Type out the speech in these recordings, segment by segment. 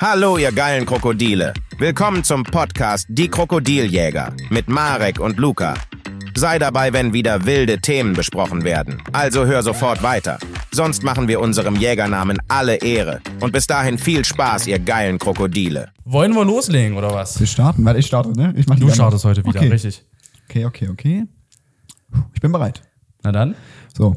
Hallo, ihr geilen Krokodile. Willkommen zum Podcast Die Krokodiljäger mit Marek und Luca. Sei dabei, wenn wieder wilde Themen besprochen werden. Also hör sofort weiter. Sonst machen wir unserem Jägernamen alle Ehre. Und bis dahin viel Spaß, ihr geilen Krokodile. Wollen wir loslegen oder was? Wir starten, weil ich starte, ne? Ich mach Du die anderen. startest heute wieder, okay. richtig. Okay, okay, okay. Ich bin bereit. Na dann. So.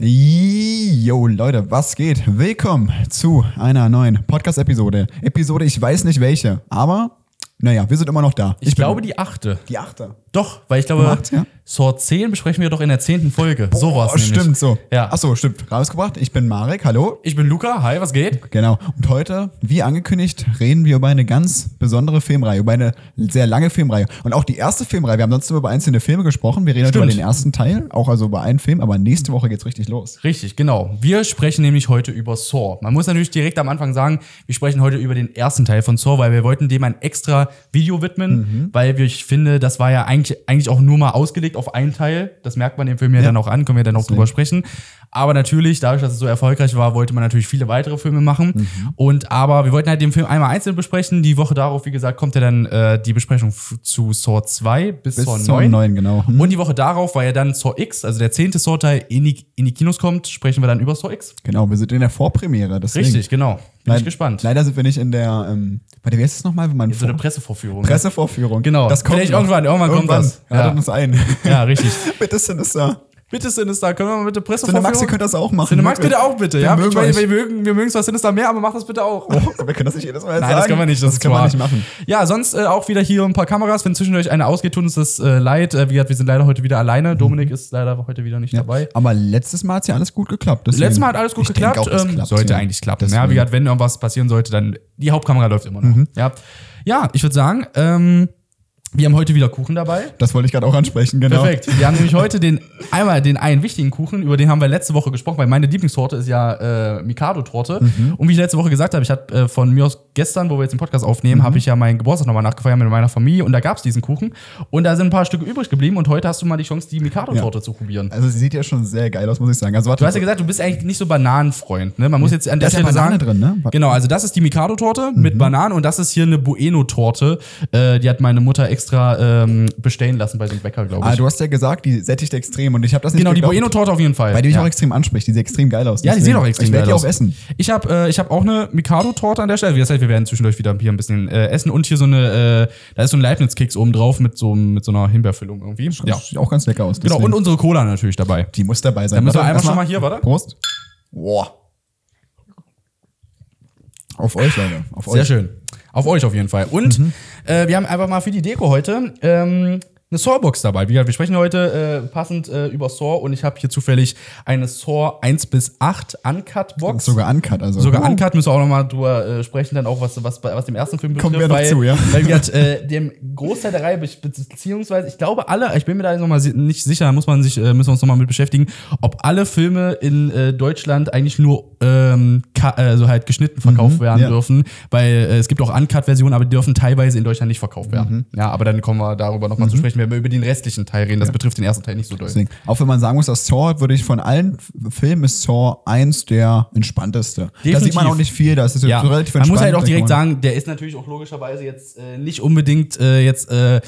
Jo, Leute, was geht? Willkommen zu einer neuen Podcast-Episode. Episode, ich weiß nicht welche, aber naja, wir sind immer noch da. Ich, glaube die achte. die achte. Doch, weil ich glaube, Acht, ja. Sort 10 besprechen wir doch in der zehnten Folge. so Oh, war's nämlich. stimmt, so. Ja. Achso, stimmt. Rausgebracht. Ich bin Marek, hallo. Ich bin Luca, hi, was geht? Genau. Und heute, wie angekündigt, reden wir über eine ganz besondere Filmreihe, über eine sehr lange Filmreihe. Und auch die erste Filmreihe, wir haben sonst immer über einzelne Filme gesprochen. Wir reden heute über Stimmt. den ersten Teil, auch also über einen Film, aber nächste Woche geht's richtig los. Richtig, genau. Wir sprechen nämlich heute über Saw. Man muss natürlich direkt am Anfang sagen, wir sprechen heute über den ersten Teil von Saw, weil wir wollten dem ein extra Video widmen, weil wir, ich finde, das war ja eigentlich, eigentlich auch nur mal ausgelegt auf einen Teil. Das merkt man dem Film ja, dann auch an, können wir dann auch drüber sprechen. Aber natürlich, dadurch, dass es so erfolgreich war, wollte man natürlich viele weitere Filme machen. Und aber wir wollten halt den Film einmal einzeln besprechen. Die Woche darauf, wie gesagt, kommt ja dann äh, die Besprechung f- zu Saw 2 bis, Bis Saw zur 9. neuen, genau. Hm. Mhm. Und die Woche darauf, weil ja dann Saw X, also der zehnte Saw-Teil, in die, in die Kinos kommt, sprechen wir dann über Saw X. Genau, wir sind in der Vorpremiere. Deswegen. Richtig, genau. Bin Leid- ich gespannt. Leider sind wir nicht in der, ähm, warte, wie heißt es nochmal, wenn man so eine Vor- Pressevorführung. ne? Pressevorführung. Genau. Das kommt Vielleicht noch. irgendwann, irgendwann kommt das. Ja. Ja. Ladet uns ein. Ja, richtig. bitte Sinister. Bitte Sinister, können wir mal bitte Pressevorführung? Cinemax, ihr könnt das auch machen. Cinemax bitte auch bitte, ja? Wir mögen Ich meine, euch. wir mögen wir mögen zwar Sinister mehr, aber macht das bitte auch. Oh, wir können das nicht jedes Mal Nein, sagen. das können wir nicht. Das, ist können wir wahr. nicht machen. Ja, sonst äh, auch wieder hier ein paar Kameras. Wenn zwischendurch eine ausgeht, tut uns das äh, leid. Äh, wie gesagt, wir sind leider heute wieder alleine. Dominik ist leider heute wieder nicht Mhm. Ja. dabei. Aber letztes Mal hat ja alles gut geklappt. deswegen- Letztes Mal hat alles gut Ich denke geklappt. Auch, das ähm, klappt. sollte ja. eigentlich klappen. Ja, Deswegen. wie gesagt, wenn irgendwas passieren sollte, dann die Hauptkamera läuft immer noch. Ja. ja, ich würde sagen, ähm, wir haben heute wieder Kuchen dabei. Das wollte ich gerade auch ansprechen, genau. Perfekt. Wir haben nämlich heute den einmal den einen wichtigen Kuchen, über den haben wir letzte Woche gesprochen, weil meine Lieblingstorte ist ja äh, Mikado-Torte. Und wie ich letzte Woche gesagt habe, ich habe äh, von mir aus gestern, wo wir jetzt den Podcast aufnehmen, habe ich ja meinen Geburtstag nochmal nachgefeiert mit meiner Familie und da gab es diesen Kuchen. Und da sind ein paar Stücke übrig geblieben und heute hast du mal die Chance, die Mikado-Torte zu probieren. Also sie sieht ja schon sehr geil aus, muss ich sagen. Also warte, Du hast ja gesagt, du bist eigentlich nicht so Bananenfreund. Ne? Man muss jetzt an der Da ist ja Stelle Banane sagen. drin, ne? Warte. Mhm. Genau, also das ist die Mikado-Torte mit Bananen und das ist hier eine Bueno-Torte. Äh, die hat meine Mutter extra ähm, bestellen lassen bei so einem Bäcker, glaube ich. ah, du hast ja gesagt, die sättigt extrem und ich habe das nicht genau, die geglaubt, Bueno-Torte auf jeden Fall. Weil die mich ja. auch extrem anspricht. Die sieht extrem geil aus. ja, die deswegen. sehen auch extrem Ich werde die geil aus. auch essen. Ich habe äh, ich hab auch eine Mikado-Torte an der Stelle. Wie gesagt, wir werden zwischendurch wieder hier ein bisschen äh, essen. Und hier so eine, äh, da ist so ein Leibniz-Keks oben drauf mit so, mit so einer Himbeerfüllung irgendwie. Ja. Sieht auch ganz lecker aus. Genau, deswegen. und unsere Cola natürlich dabei. die muss dabei sein. Da müssen wir Warte, einmal schon erstmal- mal hier, warte. Prost. Boah. Auf euch, Leute. Auf Sehr euch. Mhm. schön. Auf euch auf jeden Fall. Und äh, wir haben einfach mal für die Deko heute ähm, eine Saw-Box dabei. Wie gesagt, wir sprechen heute äh, passend äh, über Saw und ich habe hier zufällig eine Saw 1 bis 8 Und Uncut-Box. Sogar Uncut. Also. Sogar Uh. Uncut müssen wir auch nochmal drüber äh, sprechen, dann auch was, was, bei- was dem ersten Film Kommen betrifft. wir noch weil, zu, ja. Weil wir halt, äh, dem Großteil der Reihe, be- beziehungsweise ich glaube alle, ich bin mir da jetzt nochmal nicht sicher, da muss man sich, äh, müssen wir uns nochmal mit beschäftigen, ob alle Filme in äh, Deutschland eigentlich nur ähm, ka- äh, so halt geschnitten verkauft werden Mhm, ja. dürfen, weil äh, es gibt auch Uncut-Versionen, aber die dürfen teilweise in Deutschland nicht verkauft werden. Mhm. Ja, aber dann kommen wir darüber nochmal mal zu sprechen, wenn wir über den restlichen Teil reden. Das betrifft den ersten Teil nicht so doll. Deswegen. Auch wenn man sagen muss, dass Saw, würde ich von allen F- Filmen ist Saw eins der entspannteste. Da sieht man Definitiv. auch nicht viel, da ist es Ja, so relativ entspannt. man muss halt auch direkt denke ich ne? sagen, der ist natürlich auch logischerweise jetzt äh, nicht unbedingt äh, jetzt, äh,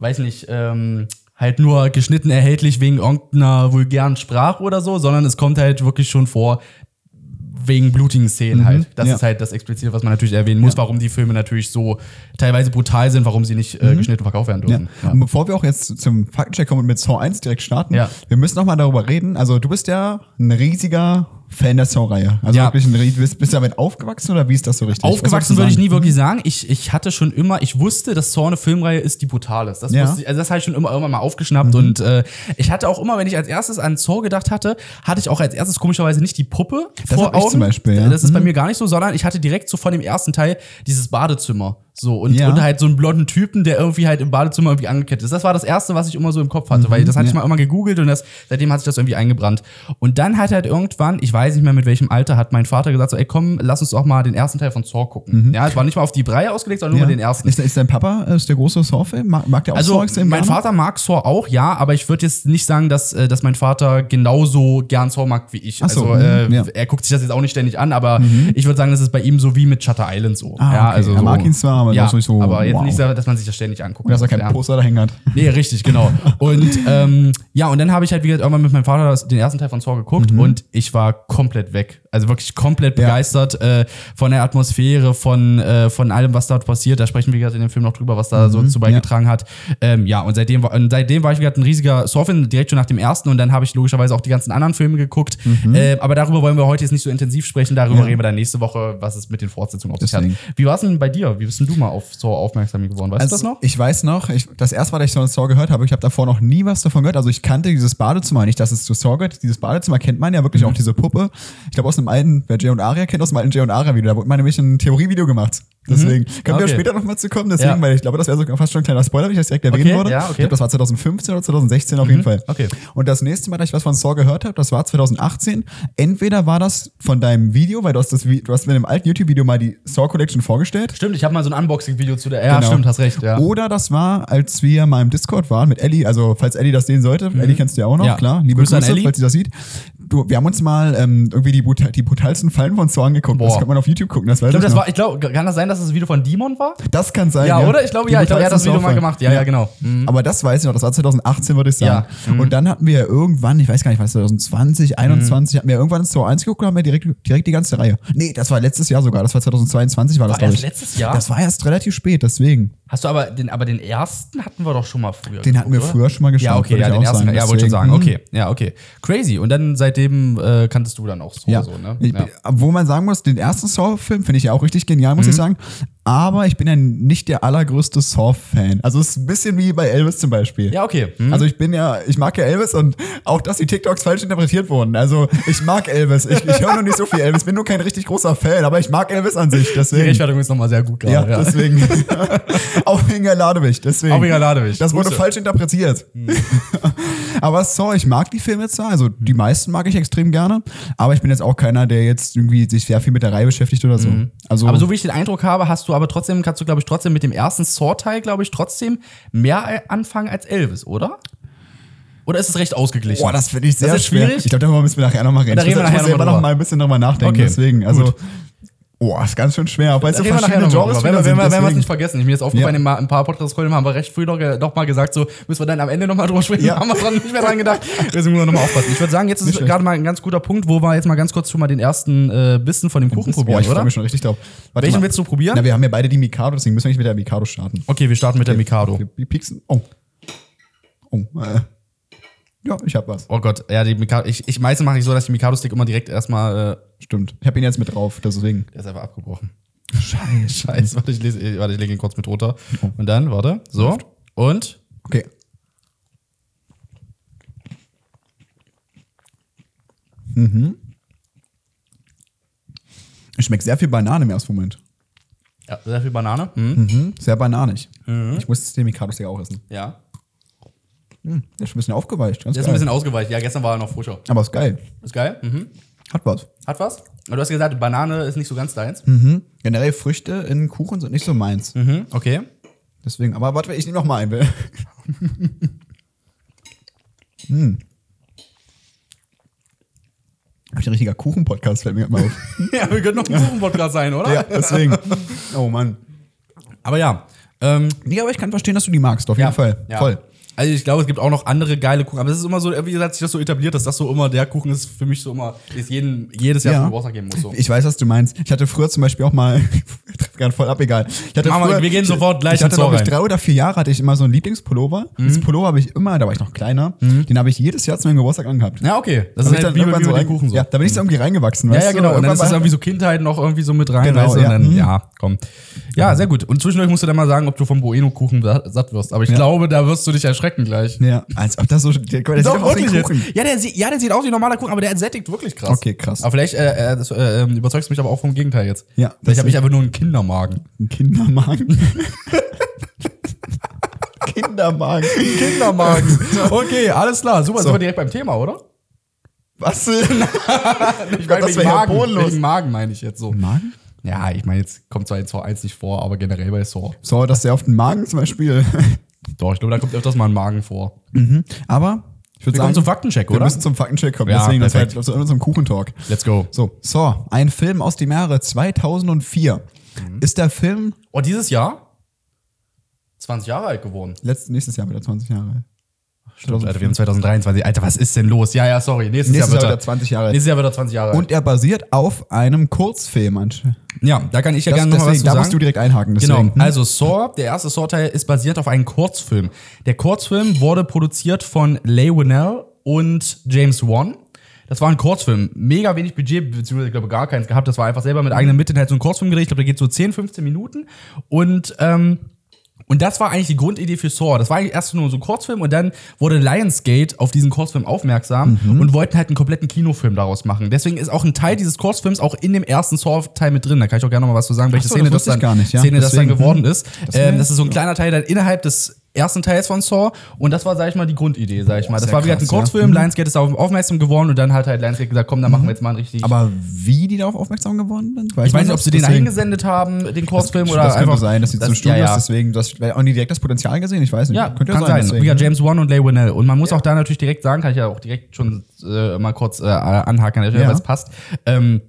weiß nicht, ähm, halt nur geschnitten erhältlich wegen irgendeiner vulgären Sprache oder so, sondern es kommt halt wirklich schon vor wegen blutigen Szenen halt. Das Mhm. ja. ist halt das explizit, was man natürlich erwähnen muss, warum die Filme natürlich so teilweise brutal sind, warum sie nicht äh, geschnitten verkauft werden mal. dürfen. Mhm. Ja. Und bevor wir auch jetzt zum Faktencheck kommen und mit Saw 1 direkt starten, Ja. wir müssen nochmal darüber reden. Also du bist ja ein riesiger Fan der Saw-Reihe. Also Ja. wirklich ein ries- bist, bist du damit aufgewachsen oder wie ist das so richtig? Aufgewachsen Was Mhm. würde ich würdest du nie wirklich sagen. Ich, ich hatte schon immer, ich wusste, dass Saw eine Filmreihe ist, die brutal ist. Das, Ja. Mhm. wusste ich, also das habe ich schon immer irgendwann mal aufgeschnappt. Und äh, ich hatte auch immer, wenn ich als erstes an Saw gedacht hatte, hatte ich auch als erstes komischerweise nicht die Puppe Das vor hab ich Augen. zum Beispiel, ja. Mhm. Das ist bei mir gar nicht so, sondern ich hatte direkt so von dem ersten Teil dieses Badezimmer. So, und, Ja. und halt so einen blonden Typen, der irgendwie halt im Badezimmer irgendwie angekettet ist. Das war das Erste, was ich immer so im Kopf hatte, weil das hatte ich mal immer gegoogelt und das, seitdem hat sich das irgendwie eingebrannt. Und dann hat halt irgendwann, ich weiß nicht mehr mit welchem Alter, hat mein Vater gesagt, so, ey komm, lass uns auch mal den ersten Teil von Saw gucken. Ja, es war nicht mal auf die Brei ausgelegt, sondern Ja. nur den ersten. Ist, ist dein Papa äh, ist der große Saw-Fan? Mag, mag der auch Also Saw extrem mein gerne? Vater mag Saw auch, ja, aber ich würde jetzt nicht sagen, dass, äh, dass mein Vater genauso gern Saw mag wie ich. Ach so, also äh, mhm, ja. Mhm. er guckt sich das jetzt auch nicht ständig an, aber ich würde sagen, das ist bei ihm so wie mit Shutter Island so. Ah, ja, okay. also Er so, mag ihn zwar, aber ja, das ist nicht so, Aber jetzt wow. nicht, so, dass man sich das ständig anguckt. Dass er kein ja. Poster da hängt hat. Nee, richtig, genau. Und ähm, ja, und dann habe ich halt, wie gesagt, irgendwann mit meinem Vater das- den ersten Teil von Saw geguckt und ich war komplett weg. Also wirklich komplett Mhm. Ja. begeistert äh, von der Atmosphäre, von, äh, von allem, was dort passiert. Da sprechen wir gerade in dem Film noch drüber, was Mhm. da so zu beigetragen hat. Ähm, ja, und seitdem, war- und seitdem war ich wieder ein riesiger Saw-Fan, direkt schon nach dem ersten und dann habe ich logischerweise auch die ganzen anderen Filme geguckt. Äh, aber darüber wollen wir heute jetzt nicht so intensiv sprechen. Darüber Mhm. Ja. reden wir dann nächste Woche, was es mit den Fortsetzungen auf sich hat. Deswegen. Wie war es denn bei dir? Wie bist denn du mal auf Saw aufmerksam geworden? Weißt du das noch? Also, Ich weiß noch, ich, das erste Mal, dass ich von Saw gehört habe, ich habe davor noch nie was davon gehört. Also ich kannte dieses Badezimmer nicht, dass es zu Saw gehört. Dieses Badezimmer kennt man ja wirklich Mhm. auch, diese Puppe. Ich glaube aus einem alten, wer Jay und Aria kennt, aus einem alten Jay und Aria Video. Da wurde mal nämlich ein Theorievideo gemacht. Deswegen können wir Mhm. Okay. später nochmal zu kommen. Deswegen, Ja. weil ich glaube, das wäre sogar fast schon ein kleiner Spoiler, wenn ich das direkt erwähnen Okay, würde. ja, okay. Mhm. Ich glaube, das war 2015 oder 2016 auf jeden Fall. okay. Und das nächste Mal, dass ich was von Saw gehört habe, das war 2018. Entweder war das von deinem Video, weil du hast, das, Vi- du hast mir in einem alten YouTube-Video mal die Saw Collection vorgestellt. Stimmt, ich habe mal so ein Unboxing-Video zu der. Ja, Genau. stimmt, hast recht. Ja. Oder das war, als wir mal im Discord waren mit Ellie, also falls Ellie das sehen sollte, Ellie kennst du ja auch noch, Mhm. Ja. klar, liebe Grüße Grüße, an Ellie. falls sie das sieht. Du, wir haben uns mal ähm, irgendwie die, brutal, die brutalsten Fallen von Saw angeguckt, Boah. das kann man auf YouTube gucken, das weiß ich ich, glaube, das noch. war, ich glaube, kann das sein, dass das Video von Demon war? das kann sein, Ja, oder? Ich glaube, ja, ich glaube, er hat das brutalsten Video mal Saw-Fallen. gemacht. Ja, ja, genau. Mhm. Aber das weiß ich noch, das war 2018, würde ich sagen. Und dann hatten wir irgendwann, ich weiß gar nicht, was 2020, Mhm. 21, hatten wir irgendwann Saw 1 geguckt und haben wir direkt, direkt die ganze Reihe. Nee, das war letztes Jahr sogar, das war 2022 war das, War glaube erst ich. letztes Jahr? Das war erst relativ spät, deswegen. Hast du aber den, aber den ersten hatten wir doch schon mal früher. Den hatten wir geguckt, früher schon mal geschaut. Ja, okay, würde ja, ich den auch ersten. sagen, ja, wollte schon deswegen, sagen. hm. Okay, ja, okay. Crazy. Und dann seitdem äh, kanntest du dann auch so, Ja. so ne? Ich bin, Wo man sagen muss, den ersten Saw-Film finde ich ja auch richtig genial, Mhm. muss ich sagen. Aber ich bin ja nicht der allergrößte Saw-Fan. Also es ist ein bisschen wie bei Elvis zum Beispiel. Ja, okay. Hm. Also ich bin ja, ich mag ja Elvis und auch, dass die TikToks falsch interpretiert wurden. Also ich mag Elvis. Ich, ich höre noch nicht so viel Elvis, bin nur kein richtig großer Fan, aber ich mag Elvis an sich. Die Deswegen. Rechtfertigung ist nochmal sehr gut gerade. Ja, deswegen. auch wegen Herr Ladewig. Deswegen. Auch wegen Herr Ladewig. Das wurde Grüße. falsch interpretiert. Hm. aber Saw, ich mag die Filme zwar, also Hm. die meisten mag ich extrem gerne, aber ich bin jetzt auch keiner, der jetzt irgendwie sich sehr viel mit der Reihe beschäftigt oder so. Also, Hm. aber so wie ich den Eindruck habe, hast du aber trotzdem, kannst du, glaube ich, trotzdem mit dem ersten Saw-Teil, glaube ich, trotzdem mehr äh, anfangen als Elvis, oder? Oder ist es recht ausgeglichen? boah, das finde ich sehr Das ist schwierig. schwierig. Ich glaube, darüber müssen wir nachher nochmal reden. Da ich reden wir muss- ich nachher muss noch mal selber noch drüber. mal ein bisschen nochmal nachdenken, Okay, deswegen. Also, boah, ist ganz schön schwer, weil es Da so reden wir nachher verschiedene noch mal Genres drüber. Wenn, wir- wieder wenn, wir- wenn wir es deswegen- nicht vergessen. Ich mir ist aufgefallen, Ja. in ma- ein paar Podcast-Folgen haben wir recht früh noch, ge- noch mal gesagt, so müssen wir dann am Ende noch mal drüber sprechen. Ja. Haben wir dran, nicht mehr dran gedacht. Deswegen müssen wir noch mal aufpassen. Ich würde sagen, jetzt ist schlecht. gerade mal ein ganz guter Punkt, wo wir jetzt mal ganz kurz schon mal den ersten äh, Bissen von dem Kuchen Boah, probieren, ich freue oder? mich schon richtig drauf. Warte Welchen mal. willst du probieren? Na, wir haben ja beide die Mikado, deswegen müssen wir nicht mit der Mikado starten. okay, wir starten mit der Mikado. Wir, wir pieksen. Oh. Oh. Äh. Ja, ich hab was. Oh Gott, ja, die Mikado. Ich, ich meistens mache ich so, dass ich die Mikado-Stick immer direkt erstmal. Äh, Stimmt. Ich hab ihn jetzt mit drauf, deswegen. der ist einfach abgebrochen. Scheiße. Scheiße, warte, ich, lese, ich- warte, ich lege ihn kurz mit runter. Mhm. Und dann, warte. So. Und. Okay. Mhm. Schmeckt sehr viel Banane im ersten Moment. Ja, sehr viel Banane. Hm. Mhm. Sehr bananig. Mhm. Ich muss den Mikados ja auch essen. Ja. Der ist schon ein bisschen aufgeweicht. Ganz Der geil. ist ein bisschen ausgeweicht. Ja, gestern war er noch frischer. Aber ist geil. Ist geil. Mhm. Hat was. Hat was? Aber Du hast gesagt, Banane ist nicht so ganz deins. Mhm. Generell Früchte in Kuchen sind nicht so meins. Mhm, okay. Deswegen, aber warte, ich nehme noch mal einen. Will. hm. Ein richtiger Kuchen-Podcast fällt mir gerade mal auf. ja, wir können noch ein Kuchen-Podcast sein, oder? ja, deswegen. Oh Mann. Aber ja. Ähm, Nee, aber ich kann verstehen, dass du die magst, auf jeden Fall. ja. Voll. Also ich glaube, es gibt auch noch andere geile Kuchen. Aber es ist immer so, irgendwie hat sich das so etabliert, dass das so immer der Kuchen ist für mich so immer, den es jeden, jedes Jahr Ja. zum Geburtstag geben muss. So. Ich weiß, was du meinst. Ich hatte früher zum Beispiel auch mal, trifft gerade voll ab, egal. Ich hatte Mach mal, früher, wir gehen sofort gleich Ich hatte, ins Mhm. Ohr glaube ich, rein. drei oder vier Jahre hatte ich immer so einen Lieblingspullover. Diesen Pullover habe ich immer, da war ich noch kleiner, Mhm. den habe ich jedes Jahr zu meinem Geburtstag angehabt. Ja, okay. Das Da ist bin ich halt wie, dann bei- irgendwann wie so bei den rein- Kuchen so. Ja, da bin ich so irgendwie reingewachsen, Ja, ja, genau. Und dann ist das Irgendwann irgendwie so Kindheit noch irgendwie so mit rein. Genau, weißt du? ja. Und dann, Mhm. ja, kommen. Ja, sehr gut. Und zwischendurch musst du dann mal sagen, ob du vom Bueno-Kuchen sa- satt wirst. Aber ich glaube, da wirst du dich erschrecken gleich. Ja, als ob das so. Der, der sieht Doch, doch aus wie wirklich ein jetzt. Kuchen. Ja, der sieht, ja, der sieht aus wie ein normaler Kuchen, aber der entsättigt wirklich krass. Okay, krass. Aber vielleicht äh, äh, das, äh, ähm, überzeugst du mich aber auch vom Gegenteil jetzt. Ja, Vielleicht habe deswegen- ich einfach nur einen Kindermagen. Ein Kindermagen. Kindermagen. Kindermagen. okay, alles klar. Super, So. sind wir direkt beim Thema, oder? Was? Ein Ich Gott, das wegen wär ja Magen, bodenlos. Wegen Magen meine ich jetzt so. Magen? Ja, ich meine, jetzt kommt zwar in Saw 1 nicht vor, aber generell bei Saw. So, dass der auf den Magen zum Beispiel. Doch, ich glaube, da kommt öfters mal ein Magen vor. Aber ich Wir würde sagen, kommen zum Faktencheck, wir oder? müssen zum Faktencheck kommen. Ja, Deswegen, das perfekt. wird zu unserem Kuchentalk. Let's go. So, so, ein Film aus dem Jahre 2004. Mhm. Ist der Film Oh, dieses Jahr? 20 Jahre alt geworden. letzt, nächstes Jahr wieder 20 Jahre? Stimmt, Alter, wir haben 2023. Alter, was ist denn los? Ja, ja, sorry. Nächstes, Nächstes Jahr wird Jahr er- wieder 20 Jahre alt. Nächstes Jahr wird er 20 Jahre alt. Und er basiert auf einem Kurzfilm. anscheinend. ja, da kann ich ja Das, gerne noch mal was deswegen, zu da sagen. musst du direkt einhaken. Deswegen. Genau, Hm? also Saw, der erste Saw-Teil, ist basiert auf einem Kurzfilm. Der Kurzfilm wurde produziert von Leigh Whannell und James Wan. Das war ein Kurzfilm. Mega wenig Budget, beziehungsweise ich glaube gar keins gehabt. Das war einfach selber mit eigenen Mitteln halt so ein Kurzfilm gedreht. Ich glaube, der geht so 10, 15 Minuten. Und, ähm, und das war eigentlich die Grundidee für Saw. Das war eigentlich erst nur so ein Kurzfilm und dann wurde Lionsgate auf diesen Kurzfilm aufmerksam Mhm. und wollten halt einen kompletten Kinofilm daraus machen. Deswegen ist auch ein Teil dieses Kurzfilms auch in dem ersten Saw-Teil mit drin. Da kann ich auch gerne noch mal was zu sagen, welche so, das Szene das, wusste ich dann, gar nicht, ja. Szene das dann Deswegen, geworden hm. geworden ist. Das, ähm, das ist so ein kleiner Teil dann innerhalb des ersten Teils von Saw und das war, sag ich mal, die Grundidee, sag ich mal. Das sehr war wieder krass, Mhm. ein Kurzfilm, Lionsgate ist darauf aufmerksam geworden und dann hat halt Lionsgate gesagt, komm, dann machen wir jetzt mal einen richtig... Aber wie die darauf aufmerksam geworden sind? ich weiß nicht, ob sie den da deswegen- hingesendet haben, den Kurzfilm, das oder könnte einfach... sein, dass sie zum Studios ja, ja. deswegen, das, weil auch nie direkt das Potenzial gesehen, ich weiß nicht. Ja, könnte kann ja sein. sein. Wieder deswegen. ne? James Wan und Leigh Whannell. Und man muss auch da natürlich direkt sagen, kann ich ja auch direkt schon äh, mal kurz äh, anhaken, an der Stelle, Ja. weil es passt. Ähm,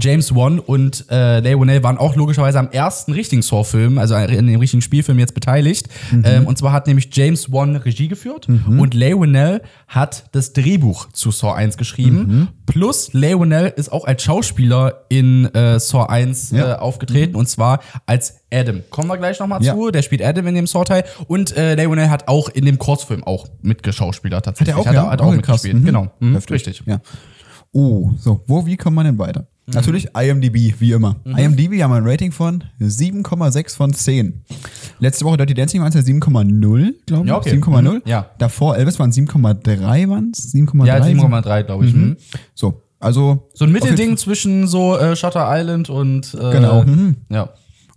James Wan und äh, Leigh Whannell waren auch logischerweise am ersten richtigen Saw-Film, also in dem richtigen Spielfilm jetzt beteiligt. Mhm. Ähm, und zwar hat nämlich James Wan Regie geführt und Leigh Whannell hat das Drehbuch zu Saw 1 geschrieben. Mhm. Plus Leigh Whannell ist auch als Schauspieler in äh, Saw 1 äh, Ja. Mhm. aufgetreten und zwar als Adam. Kommen wir gleich nochmal Ja. zu. Der spielt Adam in dem Saw-Teil. Und äh, Leonel hat auch in dem Kurzfilm auch mitgeschauspielert tatsächlich. auch, hat, ja? hat auch Oh, krass. mitgespielt. Mhm. Genau. Mhm. Heftig. Richtig. Mhm. Ja. Oh, so, wo, wie kommt man denn weiter? Natürlich IMDb, wie immer. IMDb haben ein Rating von 7,6 von 10. Letzte Woche Dirty Dancing waren es ja 7,0, glaube ich. Ja, okay. 7,0. Mhm. Ja. Davor Elvis waren 7,3, waren es? 7,3? Ja, 7,3, glaube ich. Mhm. So, also. So ein auf jeden Mittelding zwischen so äh, Shutter Island und. Äh, Genau. Mhm. Ja.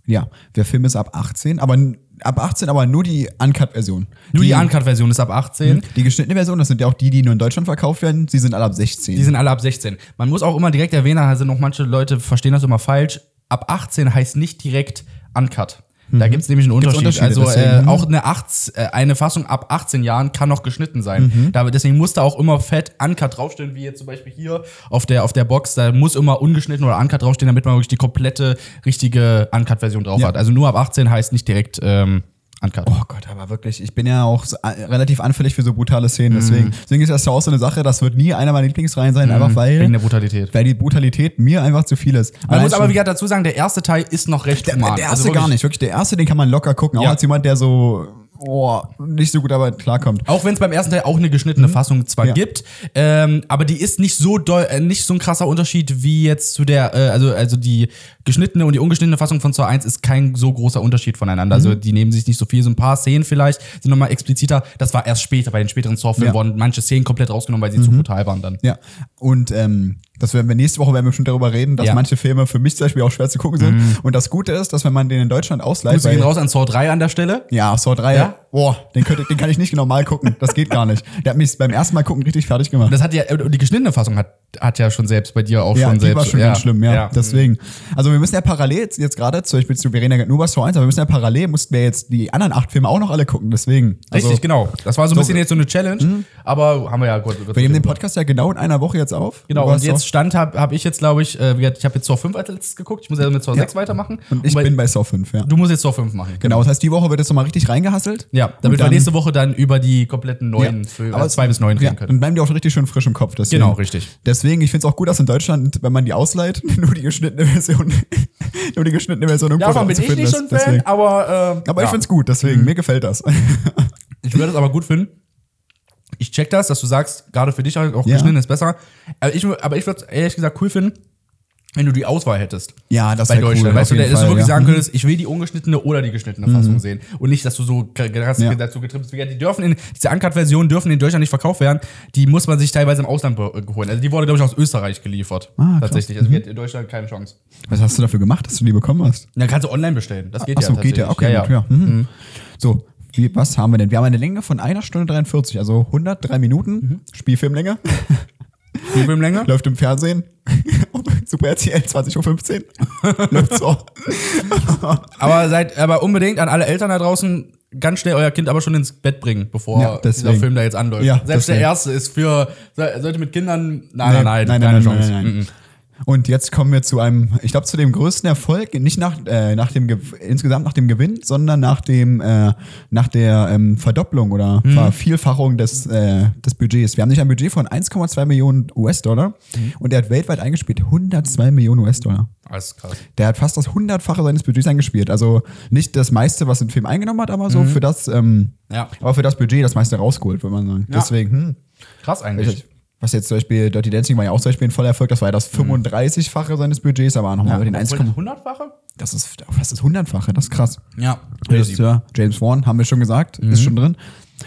Ja, der Film ist ab 18, aber n- ab 18, aber nur die Uncut-Version. Nur die, Uncut-Version ist ab 18. Die geschnittene Version, das sind ja auch die, die nur in Deutschland verkauft werden, sie sind alle ab 16. Die sind alle ab 16. Man muss auch immer direkt erwähnen, also noch manche Leute verstehen das immer falsch. Ab 18 heißt nicht direkt Uncut. Da gibt es nämlich einen Unterschied. Mhm. Unterschiede, Also äh, deswegen. auch eine, 8, äh, eine Fassung ab 18 Jahren kann noch geschnitten sein. Mhm. Da, deswegen muss da auch immer fett Uncut draufstehen, wie jetzt zum Beispiel hier auf der, auf der Box. Da muss immer ungeschnitten oder Uncut draufstehen, damit man wirklich die komplette richtige Uncut-Version drauf Ja. hat. Also nur ab 18 heißt nicht direkt ähm, Uncut. oh Gott, aber wirklich, ich bin ja auch so, äh, relativ anfällig für so brutale Szenen, Mhm. deswegen, deswegen ist das ja auch so eine Sache, das wird nie einer meiner Lieblingsreihen sein, einfach Wegen weil, der Brutalität. weil die Brutalität mir einfach zu viel ist. Man muss Allein aber schon- wieder dazu sagen, der erste Teil ist noch recht der, human. der erste Also gar wirklich- nicht, wirklich, der erste, den kann man locker gucken, Ja. auch als jemand, der so, oh, nicht so gut damit klarkommt. Auch wenn es beim ersten Teil auch eine geschnittene Fassung zwar Mhm. Ja. gibt, ähm, aber die ist nicht so doll, äh, nicht so ein krasser Unterschied wie jetzt zu der, äh, also, also die geschnittene und die ungeschnittene Fassung von Saw 1 ist kein so großer Unterschied voneinander. Also Mhm. die nehmen sich nicht so viel, so ein paar Szenen vielleicht sind nochmal expliziter. Das war erst später, bei den späteren Saw-Filmen Ja. Mhm. wurden manche Szenen komplett rausgenommen, weil sie zu brutal waren dann. Ja, und ähm, das werden wir nächste Woche werden wir bestimmt darüber reden, dass Ja. Mhm. manche Filme für mich zum Beispiel auch schwer zu gucken sind. Und das Gute ist, dass wenn man den in Deutschland ausleiht, Grüße weil- gehen raus an Saw 3 an der Stelle. ja, Saw 3, Ja? boah, den, könnte, den kann ich nicht normal gucken. Das geht gar nicht. Der hat mich beim ersten Mal gucken richtig fertig gemacht. Das hat ja, äh, die geschnittene Fassung hat, hat ja schon selbst bei dir auch ja, schon die selbst. war schon ja. ganz schlimm, ja. Deswegen. Also wir müssen ja parallel jetzt, jetzt gerade, zum Beispiel zu, wir reden ja nur über Saw 1, aber wir müssen ja parallel, mussten wir jetzt die anderen acht Filme auch noch alle gucken, deswegen. Also, Mhm. Richtig, genau. Das war so ein bisschen jetzt so eine Challenge, aber haben wir ja gut. Wir nehmen den Podcast ja genau in einer Woche jetzt auf. Genau, Über und Saw. jetzt stand habe hab ich jetzt, glaube ich, äh, wie gesagt, ich habe jetzt Saw 5 als letztes geguckt, ich muss ja mit Saw 6 weitermachen. Und ich bei- bin bei Saw 5, ja. du musst jetzt Saw 5 machen. Genau, das heißt, die Woche wird jetzt nochmal richtig reingehasselt. Ja, damit Und wir dann- nächste Woche dann über die kompletten neuen, Ja, Filme, aber äh, zwei bis neun reden können. Dann bleiben die auch richtig schön frisch im Kopf. Deswegen. Genau, richtig. Deswegen, ich finde es auch gut, dass in Deutschland, wenn man die ausleiht, nur die geschnittene Version, nur die geschnittene Version irgendwo Davon bin zu ich finden nicht ist. so ein Fan, Deswegen. aber, äh, Aber ja. ich finde es gut, deswegen, mir gefällt das. ich würde es aber gut finden. Ich check das, dass du sagst, gerade für dich halt auch Ja. geschnitten ist besser. Aber ich, wür- aber ich würde es ehrlich gesagt cool finden, wenn du die Auswahl hättest. Ja, das bei wäre Deutschland, cool. weißt du, auf der- jeden dass du Fall, wirklich ja. Mhm. sagen könntest, ich will die ungeschnittene oder die geschnittene Fassung sehen. Und nicht, dass du so ge- ge- Ja. dazu getrippst wirst. Die dürfen in, diese Uncut-Versionen dürfen in Deutschland nicht verkauft werden. Die muss man sich teilweise im Ausland be- holen. Also die wurde, glaube ich, aus Österreich geliefert. Ah, krass. Mhm. tatsächlich. Also die hat in Deutschland keine Chance. Was hast du dafür gemacht, dass du die bekommen hast? Und dann kannst du online bestellen. Das geht Achso, ja geht ja, okay, ja, gut, ja. Mhm. So, wie, was haben wir denn? Wir haben eine Länge von einer Stunde 43, also 103 Minuten, Mhm. Spielfilmlänge, Mhm. Die Filmlänge? läuft im Fernsehen, Super RTL 20.15 Uhr, läuft so. Aber seid aber unbedingt an alle Eltern da draußen ganz schnell euer Kind aber schon ins Bett bringen, bevor Ja, deswegen. dieser Film da jetzt anläuft. Ja, Selbst deswegen. der erste ist für se- sollte mit Kindern nein, Ah, nein, nein, nein, keine nein, Chance. nein, nein. Und jetzt kommen wir zu einem, ich glaube, zu dem größten Erfolg, nicht nach, äh, nach dem Ge- insgesamt nach dem Gewinn, sondern nach dem äh, nach der ähm, Verdopplung oder Mhm. Vervielfachung des, äh, des Budgets. Wir haben nicht ein Budget von 1,2 Millionen US-Dollar Mhm. und er hat weltweit eingespielt 102 Millionen US-Dollar. Alles krass. Der hat fast das hundertfache seines Budgets eingespielt. Also nicht das meiste, was den Film eingenommen hat, aber so für das, ähm, Mhm. Ja. aber für das Budget das meiste rausgeholt, würde man sagen. Ja. Deswegen, hm, Krass eigentlich. Richtig. Was jetzt zum Beispiel, Dirty Dancing war ja auch zum Beispiel ein voller Erfolg, das war ja das 35-fache seines Budgets, aber nochmal über den 1, hundertfache? das ist fast das 100-fache, das ist krass. Ja. Regisseur James Wan, haben wir schon gesagt, ist schon drin.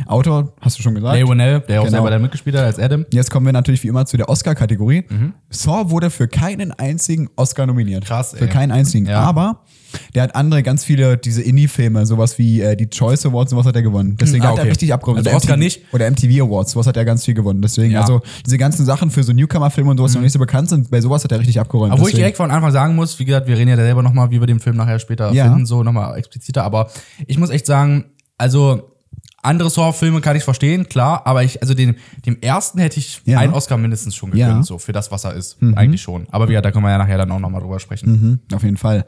Autor, hast du schon gesagt. Ray Wannell, der auch Genau. selber da mitgespielt hat als Adam. Jetzt kommen wir natürlich wie immer zu der Oscar-Kategorie. Saw wurde für keinen einzigen Oscar nominiert. Mhm. Krass, Für ey. keinen einzigen. Ja. Aber der hat andere ganz viele diese Indie-Filme, sowas wie äh, die Choice Awards, sowas hat er gewonnen. Deswegen Ah, hat er okay. richtig abgehoben. Also Oder Oscar MTV nicht? Oder MTV Awards, sowas hat er ganz viel gewonnen. Deswegen, Ja. Hm. also diese ganzen Sachen für so Newcomer-Filme und sowas, die noch nicht so bekannt sind, bei sowas hat er richtig abgeräumt. Obwohl ich Deswegen- direkt von Anfang sagen muss, wie gesagt, wir reden ja da selber nochmal, wie wir den Film nachher später Ja. finden, so nochmal expliziter, aber ich muss echt sagen, also andere Saw-Filme kann ich verstehen, klar, aber ich, also den, dem ersten hätte ich Ja. einen Oscar mindestens schon Ja. gegönnt, so für das, was er ist, eigentlich schon. Aber wie gesagt, da können wir ja nachher dann auch nochmal drüber sprechen. Mhm, auf jeden Fall.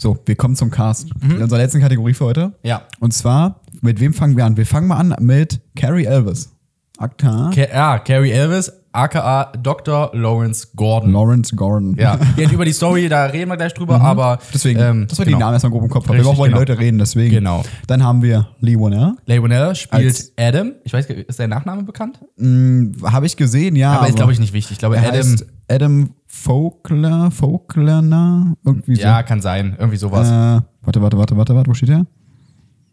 So, wir kommen zum Cast. In unserer letzten Kategorie für heute. Mhm. Ja. Und zwar, mit wem fangen wir an? Wir fangen mal an mit Carrie Elvis. Akta. Ca- ja, ah, Carrie Elvis, aka Dr. Lawrence Gordon. Lawrence Gordon. Ja, jetzt über die Story, da reden wir gleich drüber, aber Mhm. Deswegen, ähm, das war genau. die Namen erstmal grob im Kopf. haben. Wir Richtig, wollen die genau. Leute reden, deswegen. Genau. Dann haben wir Lee Wannell. Leigh Whannell spielt Als- Adam. Ich weiß, gar nicht, ist sein Nachname bekannt? Habe ich gesehen, ja. aber ist, glaube ich, nicht wichtig. Ich glaube, Er Adam. heißt Adam Vogler, Voglerner, irgendwie so. Ja, kann sein. Irgendwie sowas. Äh, warte, wate, warte, warte, warte, wo steht der?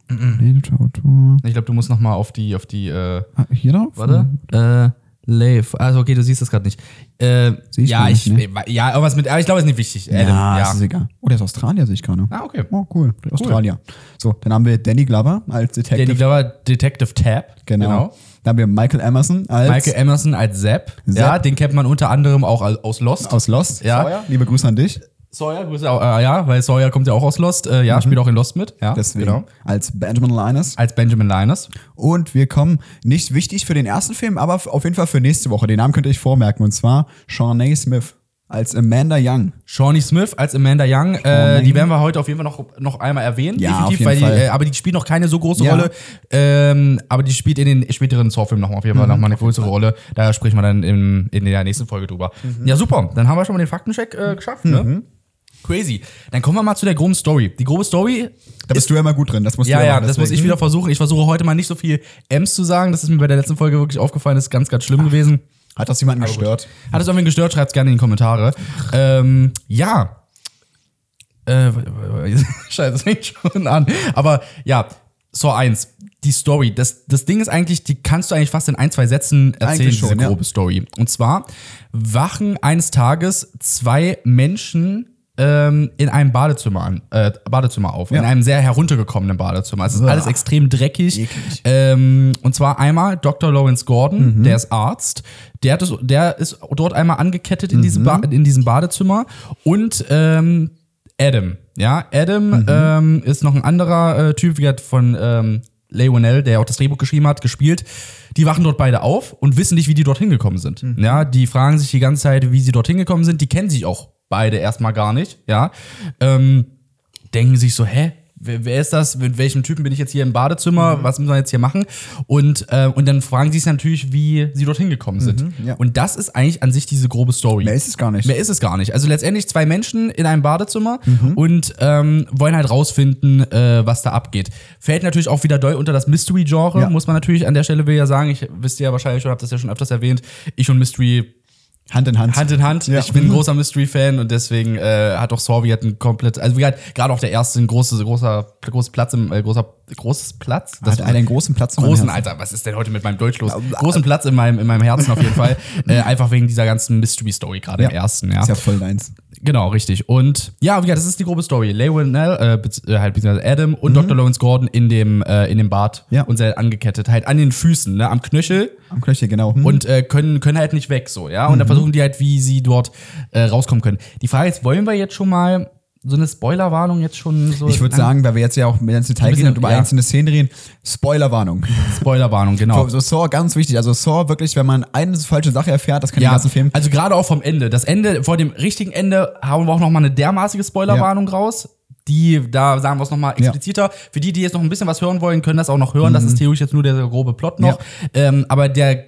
Mhm. Nee, der Autor. Ich glaube, du musst nochmal auf die, auf die, äh, Ah, Hier drauf? warte. Äh, Leif. Also, okay, du siehst das gerade nicht. Äh, Hm. Siehst ja, du nicht, ich, äh, ne? ja, irgendwas mit, aber ich glaube, es ist nicht wichtig. Ja, Adam, Das ist egal. Oh, der ist Australier, sehe ich gerade. Ah, okay. Oh, cool. Der ist Australier. So, dann haben wir Danny Glover als Detective. Der Liebler war Detective Tab. genau. Dann haben wir Michael Emerson als Michael Emerson als Zapp. Zapp. Ja, den kennt man unter anderem auch al- aus Lost. aus Lost. Ja. Genau. Sawyer. Liebe Grüße an dich. Sawyer, Grüße auch, äh, ja, weil Sawyer kommt ja auch aus Lost. Äh, ja, spielt auch in Lost mit. Ja, genau. Mhm. Deswegen. Als Benjamin Linus. Als Benjamin Linus. Und wir kommen, nicht wichtig für den ersten Film, aber auf jeden Fall für nächste Woche. Den Namen könnt ihr euch vormerken. Und zwar Shawnee Smith als Amanda Young. Shawnee Smith als Amanda Young, äh, Shawnee. die werden wir heute auf jeden Fall noch, noch einmal erwähnen, Ja, auf jeden weil Fall. Die, äh, aber die spielt noch keine so große Ja. Rolle, ähm, aber die spielt in den späteren Saw-Filmen nochmal auf jeden Mhm. Fall nochmal eine größere Rolle, da sprechen wir dann in, in der nächsten Folge drüber. Mhm. Ja, super, dann haben wir schon mal den Faktencheck äh, geschafft, ne? Crazy. Dann kommen wir mal zu der groben Story. Die grobe Story Da bist du ja immer gut drin. Das musst ja, du ja, machen, das muss ich deswegen. wieder versuchen. Ich versuche heute mal nicht so viel M's zu sagen. Das ist mir bei der letzten Folge wirklich aufgefallen. Das ist ganz, ganz schlimm gewesen. Hat das jemanden gestört? Hat es irgendwen gestört? Schreibt es gerne in die Kommentare. Ähm, ja. Äh, Scheiße, das fängt schon an. Aber ja, so eins. Die Story, das, das Ding ist eigentlich, die kannst du eigentlich fast in ein, zwei Sätzen erzählen, Eigentlich schon, diese ja. grobe Story. Und zwar wachen eines Tages zwei Menschen ähm, in einem Badezimmer an, äh, Badezimmer auf, in einem sehr heruntergekommenen Badezimmer. Es ist alles extrem dreckig. Eklig. Mhm. Ähm, und zwar einmal Dr. Lawrence Gordon, der ist Arzt. Der, hat es, der ist dort einmal angekettet Mhm. in, diesem, ba in diesem Badezimmer. Und ähm, Adam. Ja, Adam Mhm. ähm, ist noch ein anderer äh, Typ, wie gesagt, von ähm, Leonel, der auch das Drehbuch geschrieben hat, gespielt. Die wachen dort beide auf und wissen nicht, wie die dorthin gekommen sind. Mhm. Ja, die fragen sich die ganze Zeit, wie sie dorthin gekommen sind. Die kennen sich auch beide erstmal gar nicht. Ja. Ähm, denken sich so, hä? Wer, wer ist das? Mit welchem Typen bin ich jetzt hier im Mhm. Badezimmer? Was müssen wir jetzt hier machen? Und, äh, und dann fragen sie es natürlich, wie sie dorthin gekommen sind. Mhm, ja. Und das ist eigentlich an sich diese grobe Story. Mehr ist es gar nicht. Mehr ist es gar nicht. Also letztendlich zwei Menschen in einem Badezimmer Mhm. und ähm, wollen halt rausfinden, äh, was da abgeht. Fällt natürlich auch wieder doll unter das Mystery-Genre, Ja. muss man natürlich an der Stelle will ja sagen. Ich wisst ihr ja wahrscheinlich schon, habt das ja schon öfters erwähnt. Ich und Mystery Hand in Hand. Hand in Hand. Ja. Ich bin ein großer Mystery-Fan und deswegen äh, hat auch Saw wie hat ein komplett, also wie gesagt, gerade auch der erste ein großes, großer, großes Platz im, äh, großer, großes Platz. Hat einen großen Platz. in meinem großen, Herzen. Alter, was ist denn heute mit meinem Deutsch los? Großen Platz in meinem, in meinem Herzen auf jeden Fall. Äh, einfach wegen dieser ganzen Mystery-Story gerade im Ja. ersten, ja. Ist ja voll deins. Genau, richtig. Und ja, wie gesagt, das ist die grobe Story. Leonel, äh, bez- äh, halt beziehungsweise Adam und Dr. Lawrence Gordon in dem, äh, in dem Bad Mhm. Ja. und sehr angekettet, halt an den Füßen, ne, am Knöchel Am Knöchel, genau. Hm. und äh, können, können halt nicht weg so, ja. Und Mhm. dann versuchen die halt, wie sie dort äh, rauskommen können. Die Frage ist, wollen wir jetzt schon mal so eine Spoilerwarnung jetzt schon so? ich würde lang- sagen, weil wir jetzt ja auch mehr ins Detail Ein bisschen, gehen und über ja. einzelne Szenen reden, Spoilerwarnung. Spoilerwarnung, genau. Also Saw, ganz wichtig. Also Saw, wirklich, wenn man eine falsche Sache erfährt, das kann den Ja, ganzen Film also gerade auch vom Ende. Das Ende, vor dem richtigen Ende haben wir auch nochmal eine dermaßige Spoilerwarnung raus. Die, da sagen wir es nochmal expliziter. Für die, die jetzt noch ein bisschen was hören wollen, können das auch noch hören. Das Mhm. ist theoretisch jetzt nur der grobe Plot noch. Ähm, aber der,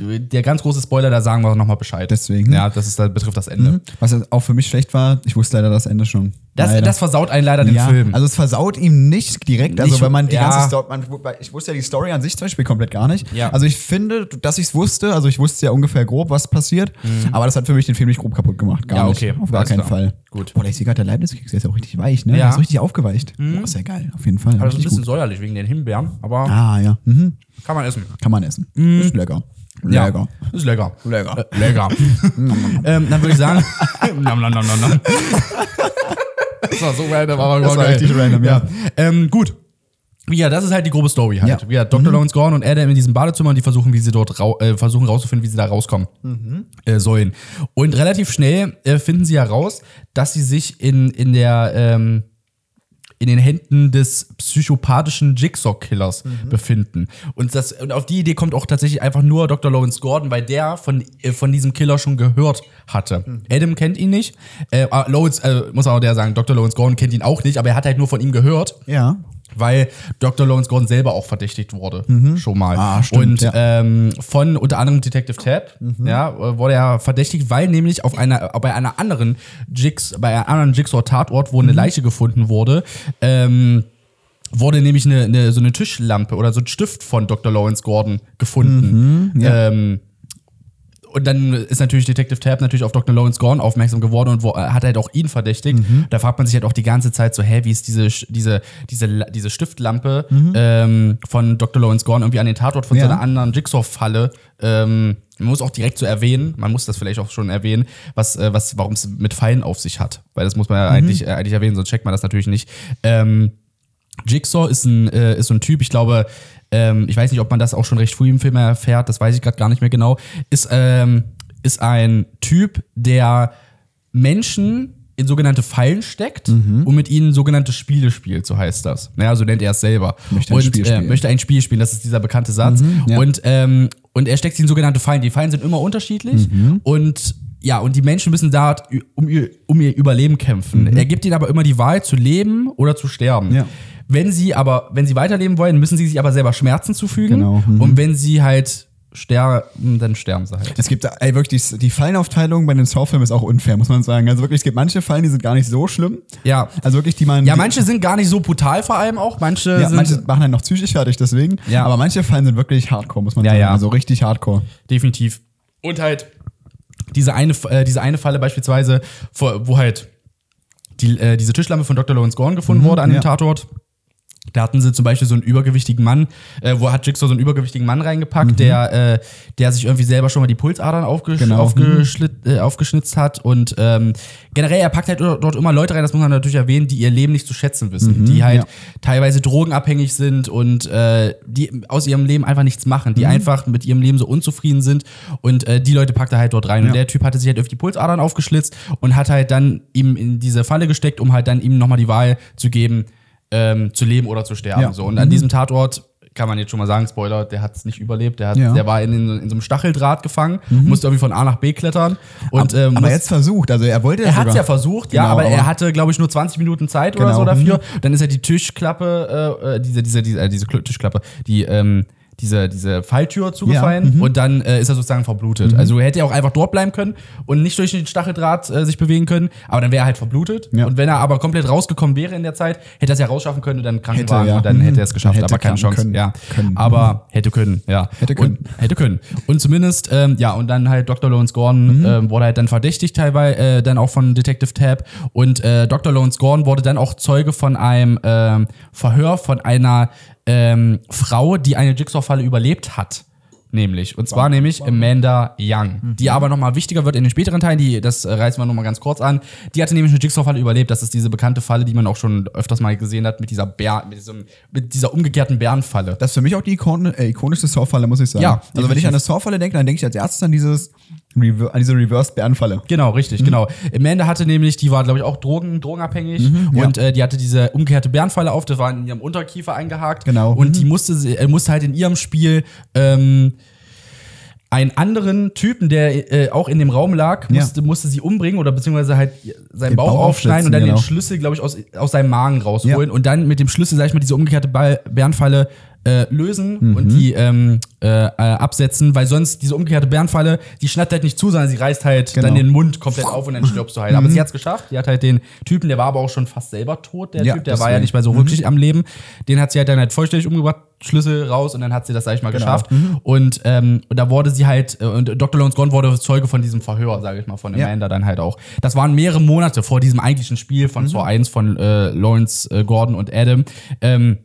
der ganz große Spoiler, da sagen wir nochmal Bescheid. Deswegen. Ja, das ist, das betrifft das Ende. Was jetzt auch für mich schlecht war, ich wusste leider das Ende schon. Das, leider. das versaut einen leider den ja, Film. Also es versaut ihm nicht direkt. Also Nicht- wenn man die ja. ganze Story, man, ich wusste ja die Story an sich zum Beispiel komplett gar nicht. Ja. Also ich finde, dass ich es wusste, also ich wusste ja ungefähr grob, was passiert, aber das hat für mich den Film nicht grob kaputt gemacht. Gar Mhm. Ja, okay. nicht. Auf gar Alles keinen klar. Fall. Gut. Boah, der ist gerade der Leib des Kriegs, der ist ja auch richtig weich, ne? Ja. Mhm. Der ist richtig aufgeweicht. Oh, ist ja geil, auf jeden Fall. aber das ist ein Richtig bisschen gut. säuerlich wegen den Himbeeren, aber Ah, ja. Mhm. kann man essen. Kann man essen. Ist lecker. Mhm. Ja, Lecker. Ist lecker. Lecker. Äh, lecker. ähm, dann würde ich sagen. nam, nam, nam, nam, nam. das war so random, aber Das war geil. richtig random, ja. Ähm, gut. Ja, das ist halt die grobe Story halt. Ja. Mhm. Ja. Dr. Lawrence Gordon und Adam in diesem Badezimmer und die versuchen, wie sie dort rau äh, versuchen rauszufinden, wie sie da rauskommen Mhm. äh, sollen. Und relativ schnell äh, finden sie heraus, dass sie sich in, in der ähm, in den Händen des psychopathischen Jigsaw-Killers befinden. Und, das, und auf die Idee kommt auch tatsächlich einfach nur Dr. Lawrence Gordon, weil der von, äh, von diesem Killer schon gehört hatte. Adam kennt ihn nicht. Äh, ah, Lawrence, äh, muss auch der sagen, Dr. Lawrence Gordon kennt ihn auch nicht, aber er hat halt nur von ihm gehört Ja. weil Dr. Lawrence Gordon selber auch verdächtigt wurde, schon mal. Ah, stimmt, und ja. Mhm. ähm, von unter anderem Detective Tab ja, äh, wurde er verdächtigt, weil nämlich auf einer, bei einer anderen Jigs, bei einem anderen Jigsaw-Tatort, Mhm. wo eine Leiche gefunden wurde, ähm, wurde nämlich eine, eine, so eine Tischlampe oder so ein Stift von Dr. Lawrence Gordon Mhm. gefunden. ähm, und dann ist natürlich Detective Tab natürlich auf Dr. Lawrence Gordon aufmerksam geworden und wo, äh, hat halt auch ihn verdächtigt. Da fragt man sich halt auch die ganze Zeit so, hä, wie ist diese, Sch- diese, diese, La- diese Stiftlampe ähm, von Dr. Lawrence Gordon irgendwie an den Tatort von Ja. seiner anderen Jigsaw-Falle. Ähm, man muss auch direkt so erwähnen, man muss das vielleicht auch schon erwähnen, was, äh, was, warum es mit Fallen auf sich hat. Weil das muss man ja eigentlich, äh, eigentlich erwähnen, sonst checkt man das natürlich nicht. Ähm, Jigsaw ist ein, äh, ist so ein Typ, ich glaube, ähm, ich weiß nicht, ob man das auch schon recht früh im Film erfährt, das weiß ich gerade gar nicht mehr genau, ist, ähm, ist ein Typ, der Menschen in sogenannte Fallen steckt Mhm. und mit ihnen sogenannte Spiele spielt, so heißt das. Naja, so nennt er es selber. Möchte ein und Spiel äh, spielen. Mhm, möchte ein Spiel spielen, das ist dieser bekannte Satz. ja. Und, ähm, und er steckt sie in sogenannte Fallen. Die Fallen sind immer unterschiedlich Mhm. und ja, und die Menschen müssen da um, ihr- um ihr Überleben kämpfen. Er gibt ihnen aber immer die Wahl zu leben oder zu sterben. Mhm. Ja. Wenn sie aber, wenn sie weiterleben wollen, müssen sie sich aber selber Schmerzen zufügen. Genau, mhm. Und wenn sie halt sterben, dann sterben sie halt. Es gibt, ey, wirklich, die, die Fallenaufteilung bei den Saw-Filmen ist auch unfair, muss man sagen. Also wirklich, es gibt manche Fallen, die sind gar nicht so schlimm. Ja. Also wirklich, die man. Ja, die, manche sind gar nicht so brutal, vor allem auch. Manche ja, sind manche machen einen noch psychisch fertig, deswegen. Ja. Aber manche Fallen sind wirklich hardcore, muss man Ja, sagen. ja. Also richtig hardcore. definitiv. Und halt diese eine, äh, diese eine Falle beispielsweise, vor- wo halt die, äh, diese Tischlampe von Dr. Lawrence Gordon gefunden wurde an dem Mhm, ja. Tatort. Da hatten sie zum Beispiel so einen übergewichtigen Mann, äh, wo hat Jigsaw so einen übergewichtigen Mann reingepackt, der, äh, der sich irgendwie selber schon mal die Pulsadern aufgesch Mhm. Genau. aufgeschlit- äh, aufgeschnitzt hat. Und ähm, generell, er packt halt dort immer Leute rein, das muss man natürlich erwähnen, die ihr Leben nicht zu schätzen wissen, die halt Mhm, ja. teilweise drogenabhängig sind und äh, die aus ihrem Leben einfach nichts machen, Mhm. die einfach mit ihrem Leben so unzufrieden sind. Und äh, die Leute packt er halt dort rein. Und Ja. der Typ hatte sich halt auf die Pulsadern aufgeschlitzt und hat halt dann ihm in diese Falle gesteckt, um halt dann ihm nochmal die Wahl zu geben, ähm, zu leben oder zu sterben. Ja. Mhm. So. Und an diesem Tatort kann man jetzt schon mal sagen, Spoiler, der hat es nicht überlebt. Der, hat, Ja. Mhm. der war in, in, so einem Stacheldraht gefangen, musste irgendwie von A nach B klettern. Und, ähm, aber muss- jetzt versucht, also er wollte er hat es sogar. ja versucht, ja, Genau, aber, er aber- hatte, glaube ich, nur 20 Minuten Zeit oder Genau, so dafür. Dann ist ja die Tischklappe, äh, äh, diese, diese, diese, äh, diese Kl- Tischklappe, die, ähm, diese, diese Falltür zugefallen mhm. und dann äh, ist er sozusagen verblutet. Also hätte er auch einfach dort bleiben können und nicht durch den Stacheldraht äh, sich bewegen können, aber dann wäre er halt verblutet. Ja. Und wenn er aber komplett rausgekommen wäre in der Zeit, hätte er es ja rausschaffen können und dann Krankenwagen ja. und dann Mhm. hätte er es geschafft, Hätte aber keine klappen Chance. können. Ja. Können. Aber hätte können, ja. Mhm. Hätte können. Und, hätte können. Und zumindest, ähm, ja, und dann halt Dr. Lawrence Gordon Mhm. ähm, wurde halt dann verdächtigt teilweise, äh, dann auch von Detective Tab. Und äh, Dr. Lawrence Gordon wurde dann auch Zeuge von einem ähm, Verhör von einer ähm, Frau, die eine Jigsaw-Falle überlebt hat. Nämlich. Und zwar nämlich Amanda Young, Mhm. die aber nochmal wichtiger wird in den späteren Teilen, die, das äh, reißen wir nochmal ganz kurz an. Die hatte nämlich eine Jigsaw-Falle überlebt. Das ist diese bekannte Falle, die man auch schon öfters mal gesehen hat, mit dieser Bär, mit, diesem, mit dieser umgekehrten Bärenfalle. Das ist für mich auch die Ikon äh, ikonischste Saw-Falle, muss ich sagen. Ja, also wenn ich an eine Saw-Falle denke, dann denke ich als erstes an dieses Rever an diese Reverse-Bärenfalle. Genau, Mhm. richtig, genau. Amanda hatte nämlich, die war, glaube ich, auch Drogen, drogenabhängig Mhm, ja. und äh, die hatte diese umgekehrte Bärenfalle auf, das war in ihrem Unterkiefer eingehakt. Genau. Und die musste, sie- äh, musste halt in ihrem Spiel ähm, einen anderen Typen, der äh, auch in dem Raum lag, Ja. musste, musste sie umbringen oder beziehungsweise halt seinen Den Bauch, Bauch aufschneiden und dann den aufschlitzen, genau. Schlüssel, glaube ich, aus, aus seinem Magen rausholen und dann mit dem Schlüssel, sag ich mal, diese umgekehrte Ball Bärenfalle äh, lösen und Mhm. die ähm, äh, äh, absetzen, weil sonst diese umgekehrte Bärenfalle, die schnappt halt nicht zu, sondern sie reißt halt Genau. Mhm. dann den Mund komplett auf und dann stirbst du halt. Aber sie hat's geschafft. Die hat halt den Typen, der war aber auch schon fast selber tot, der Ja, Typ, der war ja deswegen. nicht mehr so wirklich am Leben. Den hat sie halt dann halt vollständig umgebracht, Schlüssel raus und dann hat sie das, sag ich mal, geschafft. Und, ähm, und da wurde sie halt, äh, und Dr. Lawrence Gordon wurde Zeuge von diesem Verhör, sage ich mal, von Ja. Amanda dann halt auch. Das waren mehrere Monate vor diesem eigentlichen Spiel von Saw 1 von äh, Lawrence äh, Gordon und Adam. Ähm,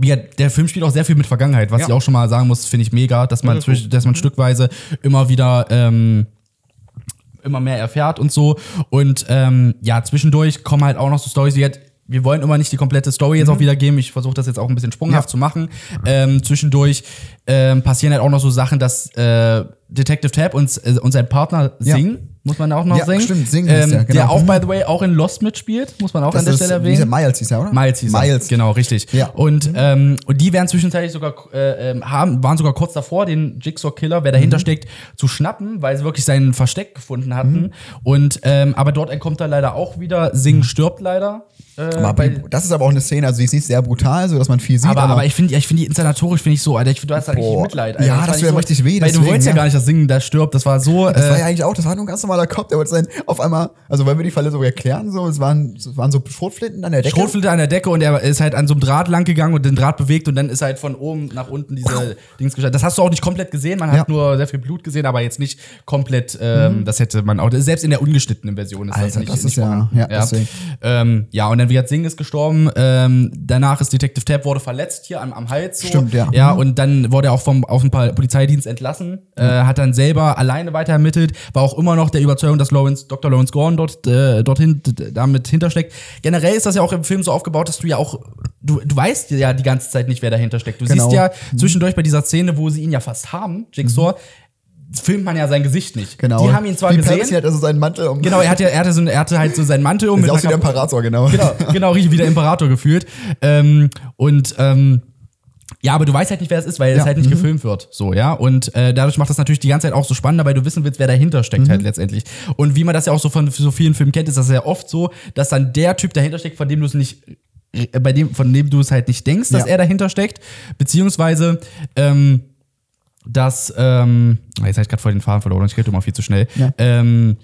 ja, der Film spielt auch sehr viel mit Vergangenheit, was Ja. ich auch schon mal sagen muss, finde ich mega, dass man, zwisch- dass man Mhm. stückweise immer wieder ähm, immer mehr erfährt und so. Und ähm, ja, zwischendurch kommen halt auch noch so Storys wie jetzt. Wir wollen immer nicht die komplette Story jetzt auch wiedergeben. Ich versuche das jetzt auch ein bisschen sprunghaft Mhm. Ja. zu machen. Ähm, zwischendurch ähm, passieren halt auch noch so Sachen, dass äh, Detective Tab und, äh, und sein Partner Ja. singen. Muss man auch noch Ja, singen. stimmt, singen ähm, heißt der, der, genau. auch, by the way, auch in Lost mitspielt. Muss man auch an der Stelle wie ist der erwähnen. Miles hieß er, oder? Miles hieß er. Miles. Genau, richtig. Ja. Mhm. Und, ähm, und die wären zwischenzeitlich sogar, äh, ähm, haben, waren sogar kurz davor, den Jigsaw-Killer, wer Mhm. dahinter steckt, zu schnappen, weil sie wirklich sein Versteck gefunden hatten. Mhm. Und, ähm, aber dort entkommt er leider auch wieder. Sing stirbt leider. Äh, Aber weil- das ist aber auch eine Szene, also die ist nicht sehr brutal, so dass man viel sieht. aber, aber ich finde ich find die inszenatorisch finde ich so, Alter, ich find, du hast da richtig Boah. Mitleid. Ja, war das nicht tut ja richtig weh, Weil du deswegen, wolltest ja ja. gar nicht, dass Singen da stirbt. Das war so. Das äh, war ja eigentlich auch, das war nur ein ganz normaler Kopf, der wollte sein, auf einmal, also wenn wir die Falle so erklären, so, es waren, es waren so Schrotflinten an der Decke. Schrotflinte an der Decke und er ist halt an so einem Draht lang gegangen und den Draht bewegt und dann ist halt von oben nach unten diese Dings gestartet. Das hast du auch nicht komplett gesehen, man hat Ja. Mhm. nur sehr viel Blut gesehen, aber jetzt nicht komplett, ähm, das hätte man auch, selbst in der ungeschnittenen Version ist Alter, nicht, das ist nicht ja- vorhanden. ja, deswegen. Ähm, ja, und dann, wie gesagt, Singh ist gestorben, ähm, danach ist Detective Tab wurde verletzt hier am, am Hals. So. Stimmt, ja. Ja, Mhm. und dann wurde er auch vom auf dem Pa- Polizeidienst entlassen, Mhm. äh, hat dann selber alleine weiter ermittelt, war auch immer noch der Überzeugung, dass Lawrence, Dr. Lawrence Gordon dort, äh, dorthin d- d- damit hintersteckt. Generell ist das ja auch im Film so aufgebaut, dass du ja auch, du, du weißt ja die ganze Zeit nicht, wer dahinter steckt. Du Genau. siehst ja zwischendurch bei dieser Szene, wo sie ihn ja fast haben, Jigsaw, filmt man ja sein Gesicht nicht. Mhm. Genau. Die haben ihn zwar Wie Percy gesehen. hat also seinen Mantel um. Genau, er hatte, er, hatte so, er hatte halt so seinen Mantel um. Sieht aus wie einer der Kapu- Imperator, genau. genau, genau, richtig, wie der Imperator gefühlt. Ähm, und ähm, ja, aber du weißt halt nicht, wer es ist, weil es Ja, Mhm. halt nicht gefilmt wird. So, ja. Und äh, dadurch macht das natürlich die ganze Zeit auch so spannender, weil du wissen willst, wer dahinter steckt Mhm. halt letztendlich. Und wie man das ja auch so von so vielen Filmen kennt, ist das ja oft so, dass dann der Typ dahinter steckt, von dem du es nicht, äh, bei dem, von dem du es halt nicht denkst, dass Ja. er dahinter steckt. Beziehungsweise, ähm, dass, ähm, ah, jetzt habe ich gerade voll den Faden verloren, ich rede immer viel zu schnell. Ja. Ähm,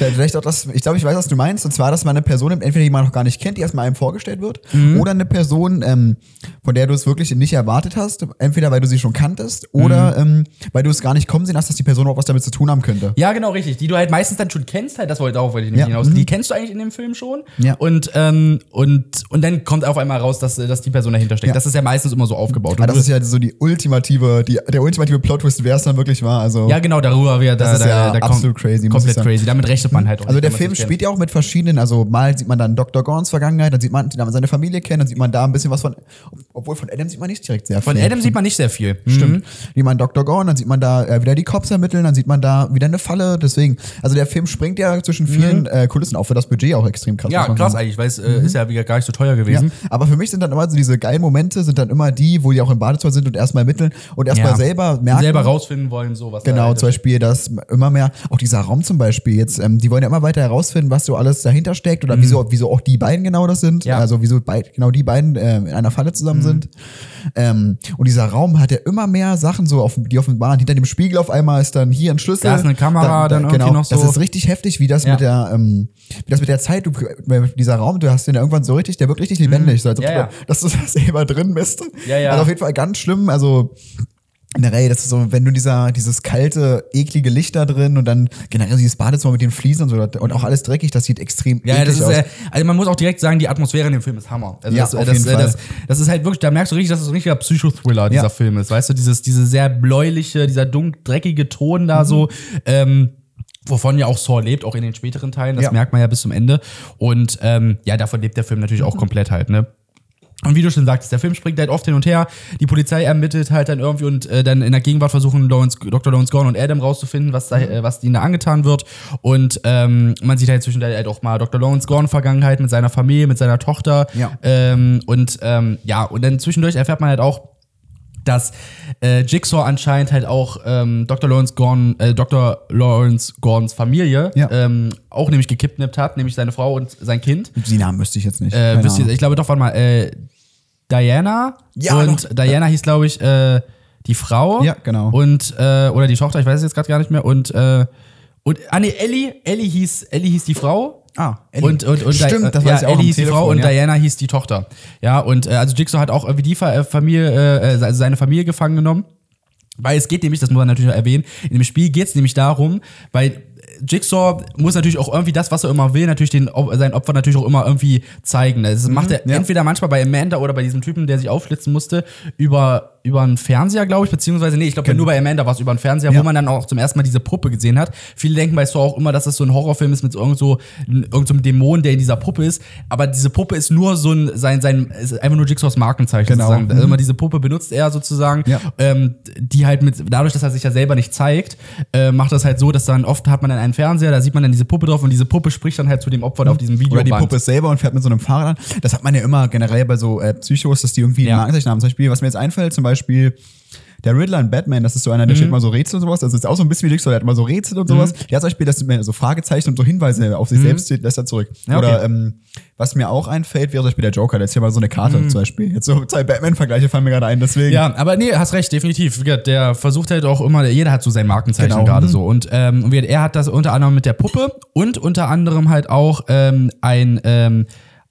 Vielleicht auch das, ich glaube, ich weiß, was du meinst. Und zwar, dass man eine Person nimmt, entweder die man noch gar nicht kennt, die erstmal einem vorgestellt wird, Mhm. oder eine Person, ähm, von der du es wirklich nicht erwartet hast, entweder weil du sie schon kanntest oder ähm, weil du es gar nicht kommen sehen hast, dass die Person auch was damit zu tun haben könnte. Mhm. Ja, genau, richtig. Die du halt meistens dann schon kennst, halt, das wollte auch, wollte ich nämlich Ja. hinaus. Mhm. Die kennst du eigentlich in dem Film schon. Ja. Und, ähm, und, und dann kommt auf einmal raus, dass, äh, dass die Person dahinter steckt. Ja. Das ist ja meistens immer so aufgebaut. Aber Und das ist ja so die ultimative, die, der ultimative Plot-Twist, wer es dann wirklich war. Also, du- ja, genau, darüber wir da, Das ist da, ja da kom- absolut crazy, muss ich Komplett sagen. crazy. Damit rechnet man halt auch. also nicht, der wenn man's Film nicht kennt. spielt ja auch mit verschiedenen, also mal sieht man dann Dr. Gorns Vergangenheit, dann sieht man dann seine Familie kennen, dann sieht man da ein bisschen was von, obwohl von Adam sieht man nicht direkt sehr viel. Von Adam sieht man nicht sehr viel. Stimmt. Sieht Mhm. man Dr. Gorn, dann sieht man da äh, wieder die Cops ermitteln, dann sieht man da wieder eine Falle. Deswegen, also der Film springt ja zwischen vielen äh, Kulissen auch für das Budget auch extrem krass. muss Mhm. Ja, man Mhm. krass sagen. Mhm. eigentlich, weil es äh, ist ja wieder gar nicht so teuer gewesen. Ja, aber für mich sind dann immer so diese geilen Momente, sind dann immer die, wo die auch im Badezimmer sind und erstmal ermitteln und erstmal oder selber merken. selber rausfinden wollen, so was. Genau, da zum Beispiel, dass immer mehr, auch dieser Raum zum Beispiel, jetzt, ähm, die wollen ja immer weiter herausfinden, was so alles dahinter steckt oder wieso, wieso auch die beiden genau das sind. Mhm. Ja. Mhm. Also wieso beid, genau die beiden äh, in einer Falle zusammen sind. Ähm, und dieser Raum hat ja immer mehr Sachen so auf, die offenbaren. Hinter dem Spiegel auf einmal ist dann hier ein Schlüssel. genau. Da ist eine Kamera, dann irgendwie noch so. Das ist richtig heftig, wie das Ja. mit der, ähm, wie das mit der Zeit, du, weil dieser Raum, du hast den ja irgendwann so richtig, der wirkt richtig lebendig, so als ob Mhm. Ja, du, ja. dass du das selber drin bist. Ja, ja. Also auf jeden Fall ganz schlimm, also generell, das ist so, wenn du dieser, dieses kalte, eklige Licht da drin und dann generell dieses Badezimmer mit den Fliesen und so und auch alles dreckig, das sieht extrem Ja, ja, das eklig ist, äh, aus. also man muss auch direkt sagen, die Atmosphäre in dem Film ist Hammer. Also Ja, das, äh, auf das, jeden äh, Fall. Das, das ist halt wirklich, da merkst du richtig, dass es ein richtiger Psychothriller dieser Ja. Film ist. Weißt du, dieses, diese sehr bläuliche, dieser dunk, dreckige Ton Mhm. da so, ähm, wovon ja auch Saw lebt, auch in den späteren Teilen. Das Ja. merkt man ja bis zum Ende. Und ähm, ja, davon lebt der Film natürlich Mhm. auch komplett halt, ne? Und wie du schon sagtest, der Film springt halt oft hin und her. Die Polizei ermittelt halt dann irgendwie und äh, dann in der Gegenwart versuchen Lawrence, Dr. Lawrence Gordon und Adam rauszufinden, was, da, Mhm. äh, was ihnen da angetan wird. Und ähm, man sieht halt zwischendurch halt auch mal Dr. Lawrence Gordon Vergangenheit mit seiner Familie, mit seiner Tochter. Ja. Ähm, und ähm, ja, und dann zwischendurch erfährt man halt auch, dass äh, Jigsaw anscheinend halt auch ähm, Dr. Lawrence Gordon, äh, Dr. Lawrence Gordons Familie Ja. ähm, auch nämlich gekidnappt hat, nämlich seine Frau und sein Kind. die Namen wüsste ich jetzt nicht. Äh, Keine wisst ihr, Ahnung. ich glaube doch, warte mal, äh, Diana Ja, und Diana hieß, glaube ich, äh, die Frau. Ja, genau. Und, äh, oder die Tochter, ich weiß es jetzt gerade gar nicht mehr. Und, äh, und, ah nee, Ellie, Ellie hieß, Ellie hieß die Frau. Ah, Ellie. Ellie. Und, und, und Stimmt, äh, das ja, weiß ich auch Ellie am hieß die Frau Telefon, und ja. Diana hieß die Tochter. Ja, und äh, also Jigsaw hat auch irgendwie die Fa- äh, Familie, äh, äh, also seine Familie gefangen genommen. Weil es geht nämlich, das muss man natürlich erwähnen, in dem Spiel geht es nämlich darum, weil äh, Jigsaw muss natürlich auch irgendwie das, was er immer will, natürlich den, Op- seinen Opfern natürlich auch immer irgendwie zeigen. Das macht er Mhm, ja. entweder manchmal bei Amanda oder bei diesem Typen, der sich aufschlitzen musste, über, über einen Fernseher, glaube ich, beziehungsweise, nee, ich glaube, nur bei Amanda war es über einen Fernseher, Genau. wo Ja. man dann auch zum ersten Mal diese Puppe gesehen hat. Viele denken bei Saw auch immer, dass das so ein Horrorfilm ist mit irgend so, irgend so einem Dämon, der in dieser Puppe ist, aber diese Puppe ist nur so ein, sein, sein, ist einfach nur Jigsaws Markenzeichen Genau. sozusagen. Mhm. Immer diese Puppe benutzt er sozusagen, Ja. ähm, die halt mit, dadurch, dass er sich ja selber nicht zeigt, äh, macht das halt so, dass dann oft hat man dann einen Fernseher, da sieht man dann diese Puppe drauf und diese Puppe spricht dann halt zu dem Opfer auf diesem Video. Oder die Puppe ist selber und fährt mit so einem Fahrrad an. Das hat man ja immer generell bei so äh, Psychos, dass die irgendwie Ja. ein Markenzeichen haben. Zum Beispiel, was mir jetzt einfällt, zum Beispiel der Riddler in Batman, das ist so einer, Mhm. der stellt mal so Rätsel und sowas. Also ist auch so ein bisschen wie Dixon, der hat mal so Rätsel und sowas. Der hat zum Beispiel das, so Fragezeichen und so Hinweise auf sich selbst, lässt er zurück. Mhm. Ja, okay. Oder ähm, was mir auch einfällt, wäre zum Beispiel der Joker, der ist ja mal so eine Karte Mhm. zum Beispiel. Jetzt so zwei Batman-Vergleiche fallen mir gerade ein, deswegen. Ja, aber nee, hast recht, definitiv. Wie gesagt, Der versucht halt auch immer, jeder hat so sein Markenzeichen Genau. gerade so. Und ähm, wie gesagt, er hat das unter anderem mit der Puppe und unter anderem halt auch ähm, ein, ähm,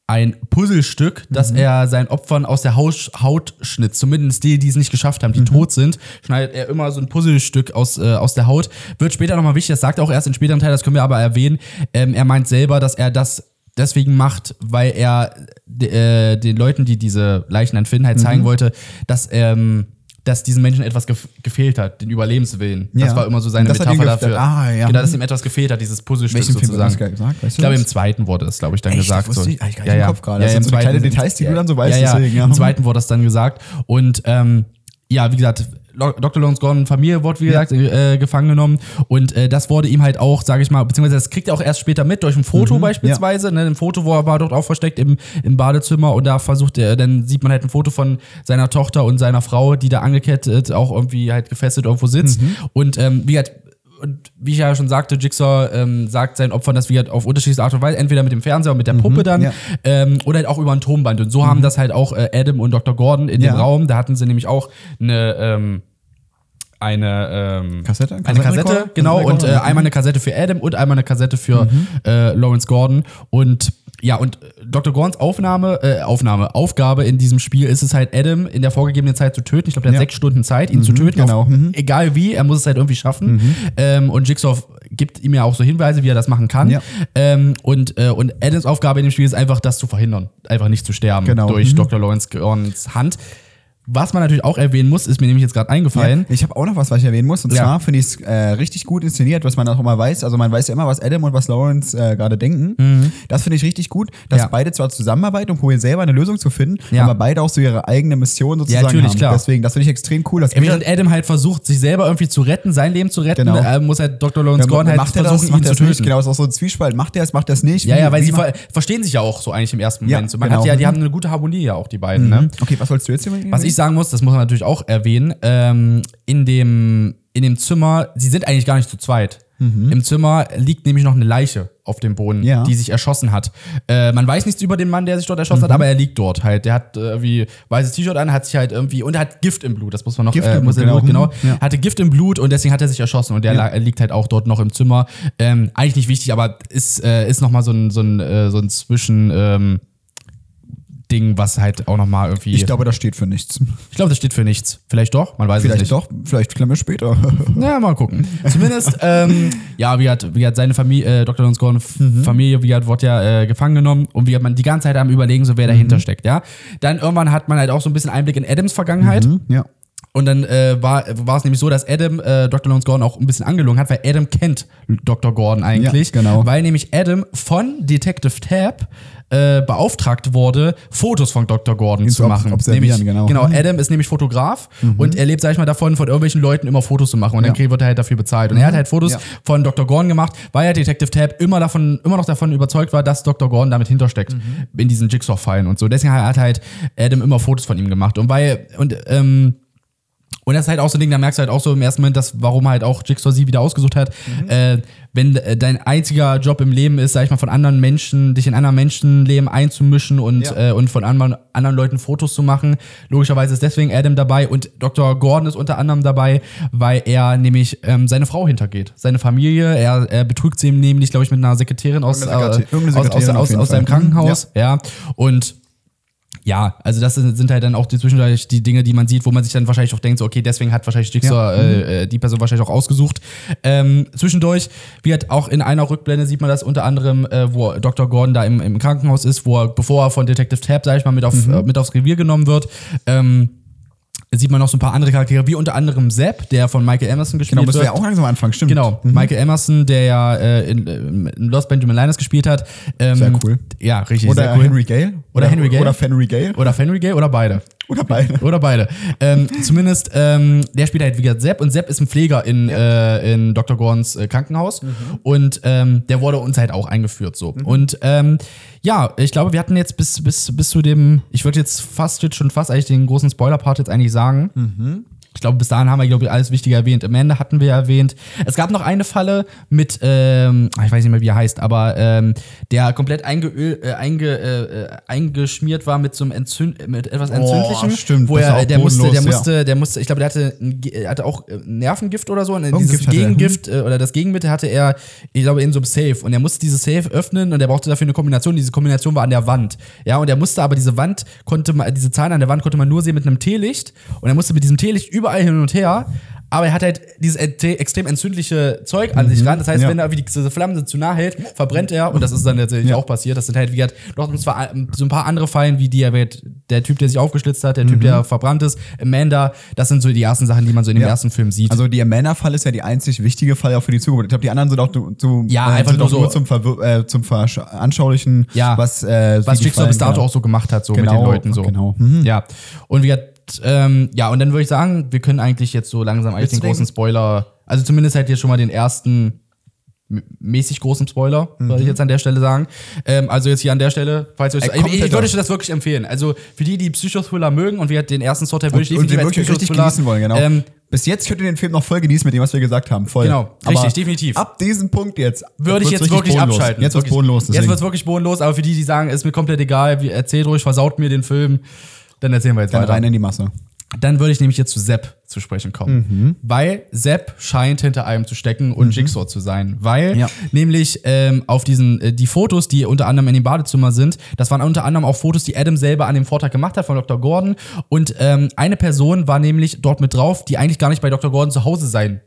ein Puzzlestück, das er seinen Opfern aus der Haus Haut schnitzt. Zumindest die, die es nicht geschafft haben, die tot sind, schneidet er immer so ein Puzzlestück aus, äh, aus der Haut. Wird später nochmal wichtig, das sagt er auch erst in späteren Teil, das können wir aber erwähnen. Ähm, er meint selber, dass er das deswegen macht, weil er d- äh, den Leuten, die diese Leichen dann finden, halt zeigen wollte, dass, ähm, dass diesen Menschen etwas gef gefehlt hat, den Überlebenswillen. Das Ja. war immer so seine Das hat ihn Metapher gef- dafür. Ah, ja. Genau, dass ihm etwas gefehlt hat, dieses Puzzlestück Welchen Film wird sozusagen. das ge- gesagt? Weißt ich du glaube, das? im zweiten wurde es, glaube ich, dann Echt? gesagt. Das wusste so. ich eigentlich gar nicht im Kopf gerade. Das im sind so kleine zweiten- Details, die du dann so weißt, Ja, ja. deswegen, ja. Im zweiten wurde das dann gesagt. Und ähm, ja, wie gesagt, Lo- Dr. Lawrence Gordon, Familie wurde, wie gesagt, äh, gefangen genommen. Und äh, das wurde ihm halt auch, sage ich mal, beziehungsweise das kriegt er auch erst später mit, durch ein Foto beispielsweise. Ne, ein Foto wo er war dort auch versteckt im, im Badezimmer. Und da versucht er, dann sieht man halt ein Foto von seiner Tochter und seiner Frau, die da angekettet, auch irgendwie halt gefesselt irgendwo sitzt. Und ähm, wie gesagt, und wie ich ja schon sagte, Jigsaw ähm, sagt seinen Opfern das wie halt auf unterschiedliche Art und Weise, entweder mit dem Fernseher und mit der Puppe dann ja. ähm, oder halt auch über ein Tonband. Und so haben das halt auch äh, Adam und Dr. Gordon in Ja. dem Raum. Da hatten sie nämlich auch eine ähm, eine ähm, Kassette? eine Kassette, Kassettenrekorder? genau. Und äh, Kassettenrekorder? einmal eine Kassette für Adam und einmal eine Kassette für Mhm. äh, Lawrence Gordon. Und ja, und Dr. Gordons Aufnahme, äh, Aufnahme, Aufgabe in diesem Spiel ist es halt, Adam in der vorgegebenen Zeit zu töten. Ich glaube, der hat Ja. sechs Stunden Zeit, ihn zu töten. genau, Auf, mhm. Egal wie, er muss es halt irgendwie schaffen. Ähm, und Jigsaw gibt ihm ja auch so Hinweise, wie er das machen kann. Ja. Ähm, und, äh, und Adams Aufgabe in dem Spiel ist einfach, das zu verhindern. Einfach nicht zu sterben Genau, durch mhm. Dr. Lawrence Gordons Hand. Was man natürlich auch erwähnen muss, ist mir nämlich jetzt gerade eingefallen. Ja, Äh, ich habe auch noch was, was ich erwähnen muss. Und Ja. zwar finde ich es äh, richtig gut inszeniert, was man auch immer weiß. Also man weiß ja immer, was Adam und was Lawrence äh, gerade denken. Das finde ich richtig gut, dass Mhm. Ja. beide zwar zusammenarbeiten und probieren selber eine Lösung zu finden, Ja. aber beide auch so ihre eigene Mission sozusagen natürlich, haben. klar. Deswegen, das finde ich extrem cool. Dass Während Adam halt versucht, sich selber irgendwie zu retten, sein Leben zu retten, Genau. äh, muss halt Dr. Lawrence Gordon halt macht er versuchen, das, macht ihn er zu das töten. nicht? Genau, es ist auch so ein Zwiespalt. Macht er es, macht er es nicht? Ja, ja, Wie- weil wie sie macht- ver verstehen sich ja auch so eigentlich im ersten Ja, Moment. so, man genau. Mhm. hat ja, die haben eine gute Harmonie ja auch, die beiden. Ne? Okay, was wolltest du jetzt hier Was ich ich sagen muss, das muss man natürlich auch erwähnen, ähm, in, dem, in dem Zimmer, sie sind eigentlich gar nicht zu zweit. Im Zimmer liegt nämlich noch eine Leiche auf dem Boden, Mhm. Ja. die sich erschossen hat. Äh, man weiß nichts über den Mann, der sich dort erschossen Mhm. hat, aber er liegt dort halt. Der hat äh, irgendwie weißes T-Shirt an, hat sich halt irgendwie und er hat Gift im Blut. Das muss man noch Gift äh, im muss Blut, er- genau. genau. Mhm. Ja. Hatte Gift im Blut und deswegen hat er sich erschossen und der la- liegt halt auch dort noch im Zimmer. Ähm, eigentlich nicht wichtig, aber ist äh, ist noch mal so ein so ein äh, so ein Zwischen ähm, Ding, was halt auch noch mal irgendwie. Ich glaube, das steht für nichts. Ich glaube, das steht für nichts. Vielleicht doch, man weiß es Vielleicht nicht. Mhm. doch, vielleicht klemmen wir später. Ja, mal gucken. Zumindest, ähm, ja, wie hat, wie hat seine Familie, äh, Dr. Lonsgorn, Mhm. Familie, wie hat, wurde ja äh, gefangen genommen und wie hat man die ganze Zeit am Überlegen, so wer dahinter Mhm. steckt, ja. Dann irgendwann hat man halt auch so ein bisschen Einblick in Adams Vergangenheit. ja. Und dann äh, war war es nämlich so, dass Adam äh, Dr. Lawrence Gordon auch ein bisschen angelogen hat, weil Adam kennt Dr. Gordon eigentlich. Ja, genau. Weil nämlich Adam von Detective Tab äh, beauftragt wurde, Fotos von Dr. Gordon zu zu machen. observieren, nämlich, genau. Mhm. genau, Adam ist nämlich Fotograf und er lebt, sag ich mal, davon, von irgendwelchen Leuten immer Fotos zu machen. Und dann Ja. Mhm. kriegt- wird er halt dafür bezahlt. Und er hat halt Fotos Ja. von Dr. Gordon gemacht, weil ja Detective Tab immer davon, immer noch davon überzeugt war, dass Dr. Gordon damit hintersteckt Mhm. in diesen Jigsaw-Fallen und so. Deswegen hat halt Adam immer Fotos von ihm gemacht. Und weil, und ähm, und das ist halt auch so ein Ding, da merkst du halt auch so im ersten Moment, dass, warum halt auch Jigsaw sie wieder ausgesucht hat. Mhm. Äh, wenn äh, dein einziger Job im Leben ist, sag ich mal, von anderen Menschen, dich in anderen Menschenleben einzumischen und, Ja. äh, und von anderen, anderen Leuten Fotos zu machen. Logischerweise ist deswegen Adam dabei und Dr. Gordon ist unter anderem dabei, weil er nämlich ähm, seine Frau hintergeht. Seine Familie, er, er betrügt sie nämlich, glaube ich, mit einer Sekretärin aus, Irgendeine Sekretär- äh, irgendeine aus, aus, Sekretärin auf aus, jeden aus Fall. seinem Mhm. Krankenhaus. Ja. Und ja, also das sind sind halt dann auch die zwischendurch die Dinge, die man sieht, wo man sich dann wahrscheinlich auch denkt, so, okay, deswegen hat wahrscheinlich Jigsaw Mhm. äh, äh, die Person wahrscheinlich auch ausgesucht. Ähm, zwischendurch wird auch in einer Rückblende sieht man das unter anderem, äh, wo Dr. Gordon da im, im Krankenhaus ist, wo er, bevor er von Detective Tab, sag ich mal, mit, auf, Mhm. äh, mit aufs Revier genommen wird. Ähm, sieht man noch so ein paar andere Charaktere, wie unter anderem Sepp, der von Michael Emerson gespielt Genau, müssen wird. wir ja auch Mhm. langsam anfangen, stimmt. Genau, Michael Emerson, der ja äh, in, in Lost Benjamin Linus gespielt hat. Ähm, Sehr cool. Ja, richtig. Oder sehr cool. Henry Gale. Oder Henry Gale. Oder Fenry Gale. Oder Fenry Gay oder beide. Oder beide. Oder beide. Ähm, zumindest, ähm, der spielt halt, wie gesagt, Sepp. Und Sepp ist ein Pfleger in, äh, in Dr. Gorns äh, Krankenhaus. Und ähm, der wurde uns halt auch eingeführt so. Und ähm, ja, ich glaube, wir hatten jetzt bis, bis, bis zu dem, ich würde jetzt fast jetzt schon fast eigentlich den großen Spoiler-Part jetzt eigentlich sagen. Ich glaube, bis dahin haben wir, glaube ich, alles Wichtige erwähnt. Amanda hatten wir erwähnt. Es gab noch eine Falle mit, ähm, ich weiß nicht mehr, wie er heißt, aber ähm, der komplett eingeöl, äh, einge, äh, äh, eingeschmiert war mit so einem Entzünd mit etwas Entzündlichem. stimmt, wo das war er, auch der musste, der bodenlos, ja. musste, der musste, ich glaube, der hatte, ein Ge- er hatte auch äh, Nervengift oder so. Und Irgendein dieses Gift hatte er. Gegengift äh, oder das Gegenmittel hatte er, ich glaube, in so einem Safe. Und er musste dieses Safe öffnen und er brauchte dafür eine Kombination. Diese Kombination war an der Wand. Ja, und er musste aber diese Wand, konnte man, diese Zahlen an der Wand konnte man nur sehen mit einem Teelicht. Und er musste mit diesem Teelicht überall hin und her. Aber er hat halt dieses ent- extrem entzündliche Zeug an sich ran. Das heißt, Mhm. Ja. wenn er irgendwie diese Flamme zu nah hält, verbrennt er. Und das ist dann tatsächlich Ja. auch passiert. Das sind halt, wie gesagt, noch zwar so ein paar andere Fallen, wie die erwähnt. Der Typ, der sich aufgeschlitzt hat, der Mhm. Typ, der verbrannt ist, Amanda. Das sind so die ersten Sachen, die man so in dem Ja. ersten Film sieht. Also der Männerfall ist ja die einzig wichtige Fall auch für die Zukunft. Ich glaube, die anderen sind auch zu, zu, Ja, äh, einfach sind nur auch so- nur zum, Verwir äh, zum Veranschaulichen, Ja. was, äh, was wie die Jigsaw Fallen- bis dato genau. auch so gemacht hat, so mit den Genau, Leuten so. Mhm. genau. Ja. Und wir, ähm, ja, und dann würde ich sagen, wir können eigentlich jetzt so langsam eigentlich den Deswegen- großen Spoiler, also zumindest halt jetzt schon mal den ersten m- mäßig großen Spoiler, würde ich jetzt an der Stelle sagen. Ähm, also jetzt hier an der Stelle, falls ihr es, Mhm. ich, Ey, ich, ich kompletter. würde euch das wirklich empfehlen. Also für die, die Psychothriller mögen und wir den ersten Sorteil würde ich und, und den definitiv als wirklich richtig Psychothriller, genießen wollen, genau. Ähm, Bis jetzt könnt ihr den Film noch voll genießen mit dem, was wir gesagt haben. Voll. Genau, richtig, definitiv. Ab diesem Punkt jetzt würde ich wird's jetzt richtig wirklich bodenlos. abschalten. Jetzt wird's Wirklich. bodenlos. Jetzt deswegen. wird's wirklich bodenlos, aber für die, die sagen, ist mir komplett egal, wie- erzählt ruhig, versaut mir den Film, dann erzählen wir jetzt dann weiter. rein in die Masse. Dann würde ich nämlich jetzt zu Sepp zu sprechen kommen. Mhm. Weil Sepp scheint hinter allem zu stecken und Jigsaw zu sein. Weil Ja. nämlich ähm, auf diesen, äh, die Fotos, die unter anderem in dem Badezimmer sind, das waren unter anderem auch Fotos, die Adam selber an dem Vortag gemacht hat von Dr. Gordon. Und ähm, eine Person war nämlich dort mit drauf, die eigentlich gar nicht bei Dr. Gordon zu Hause sein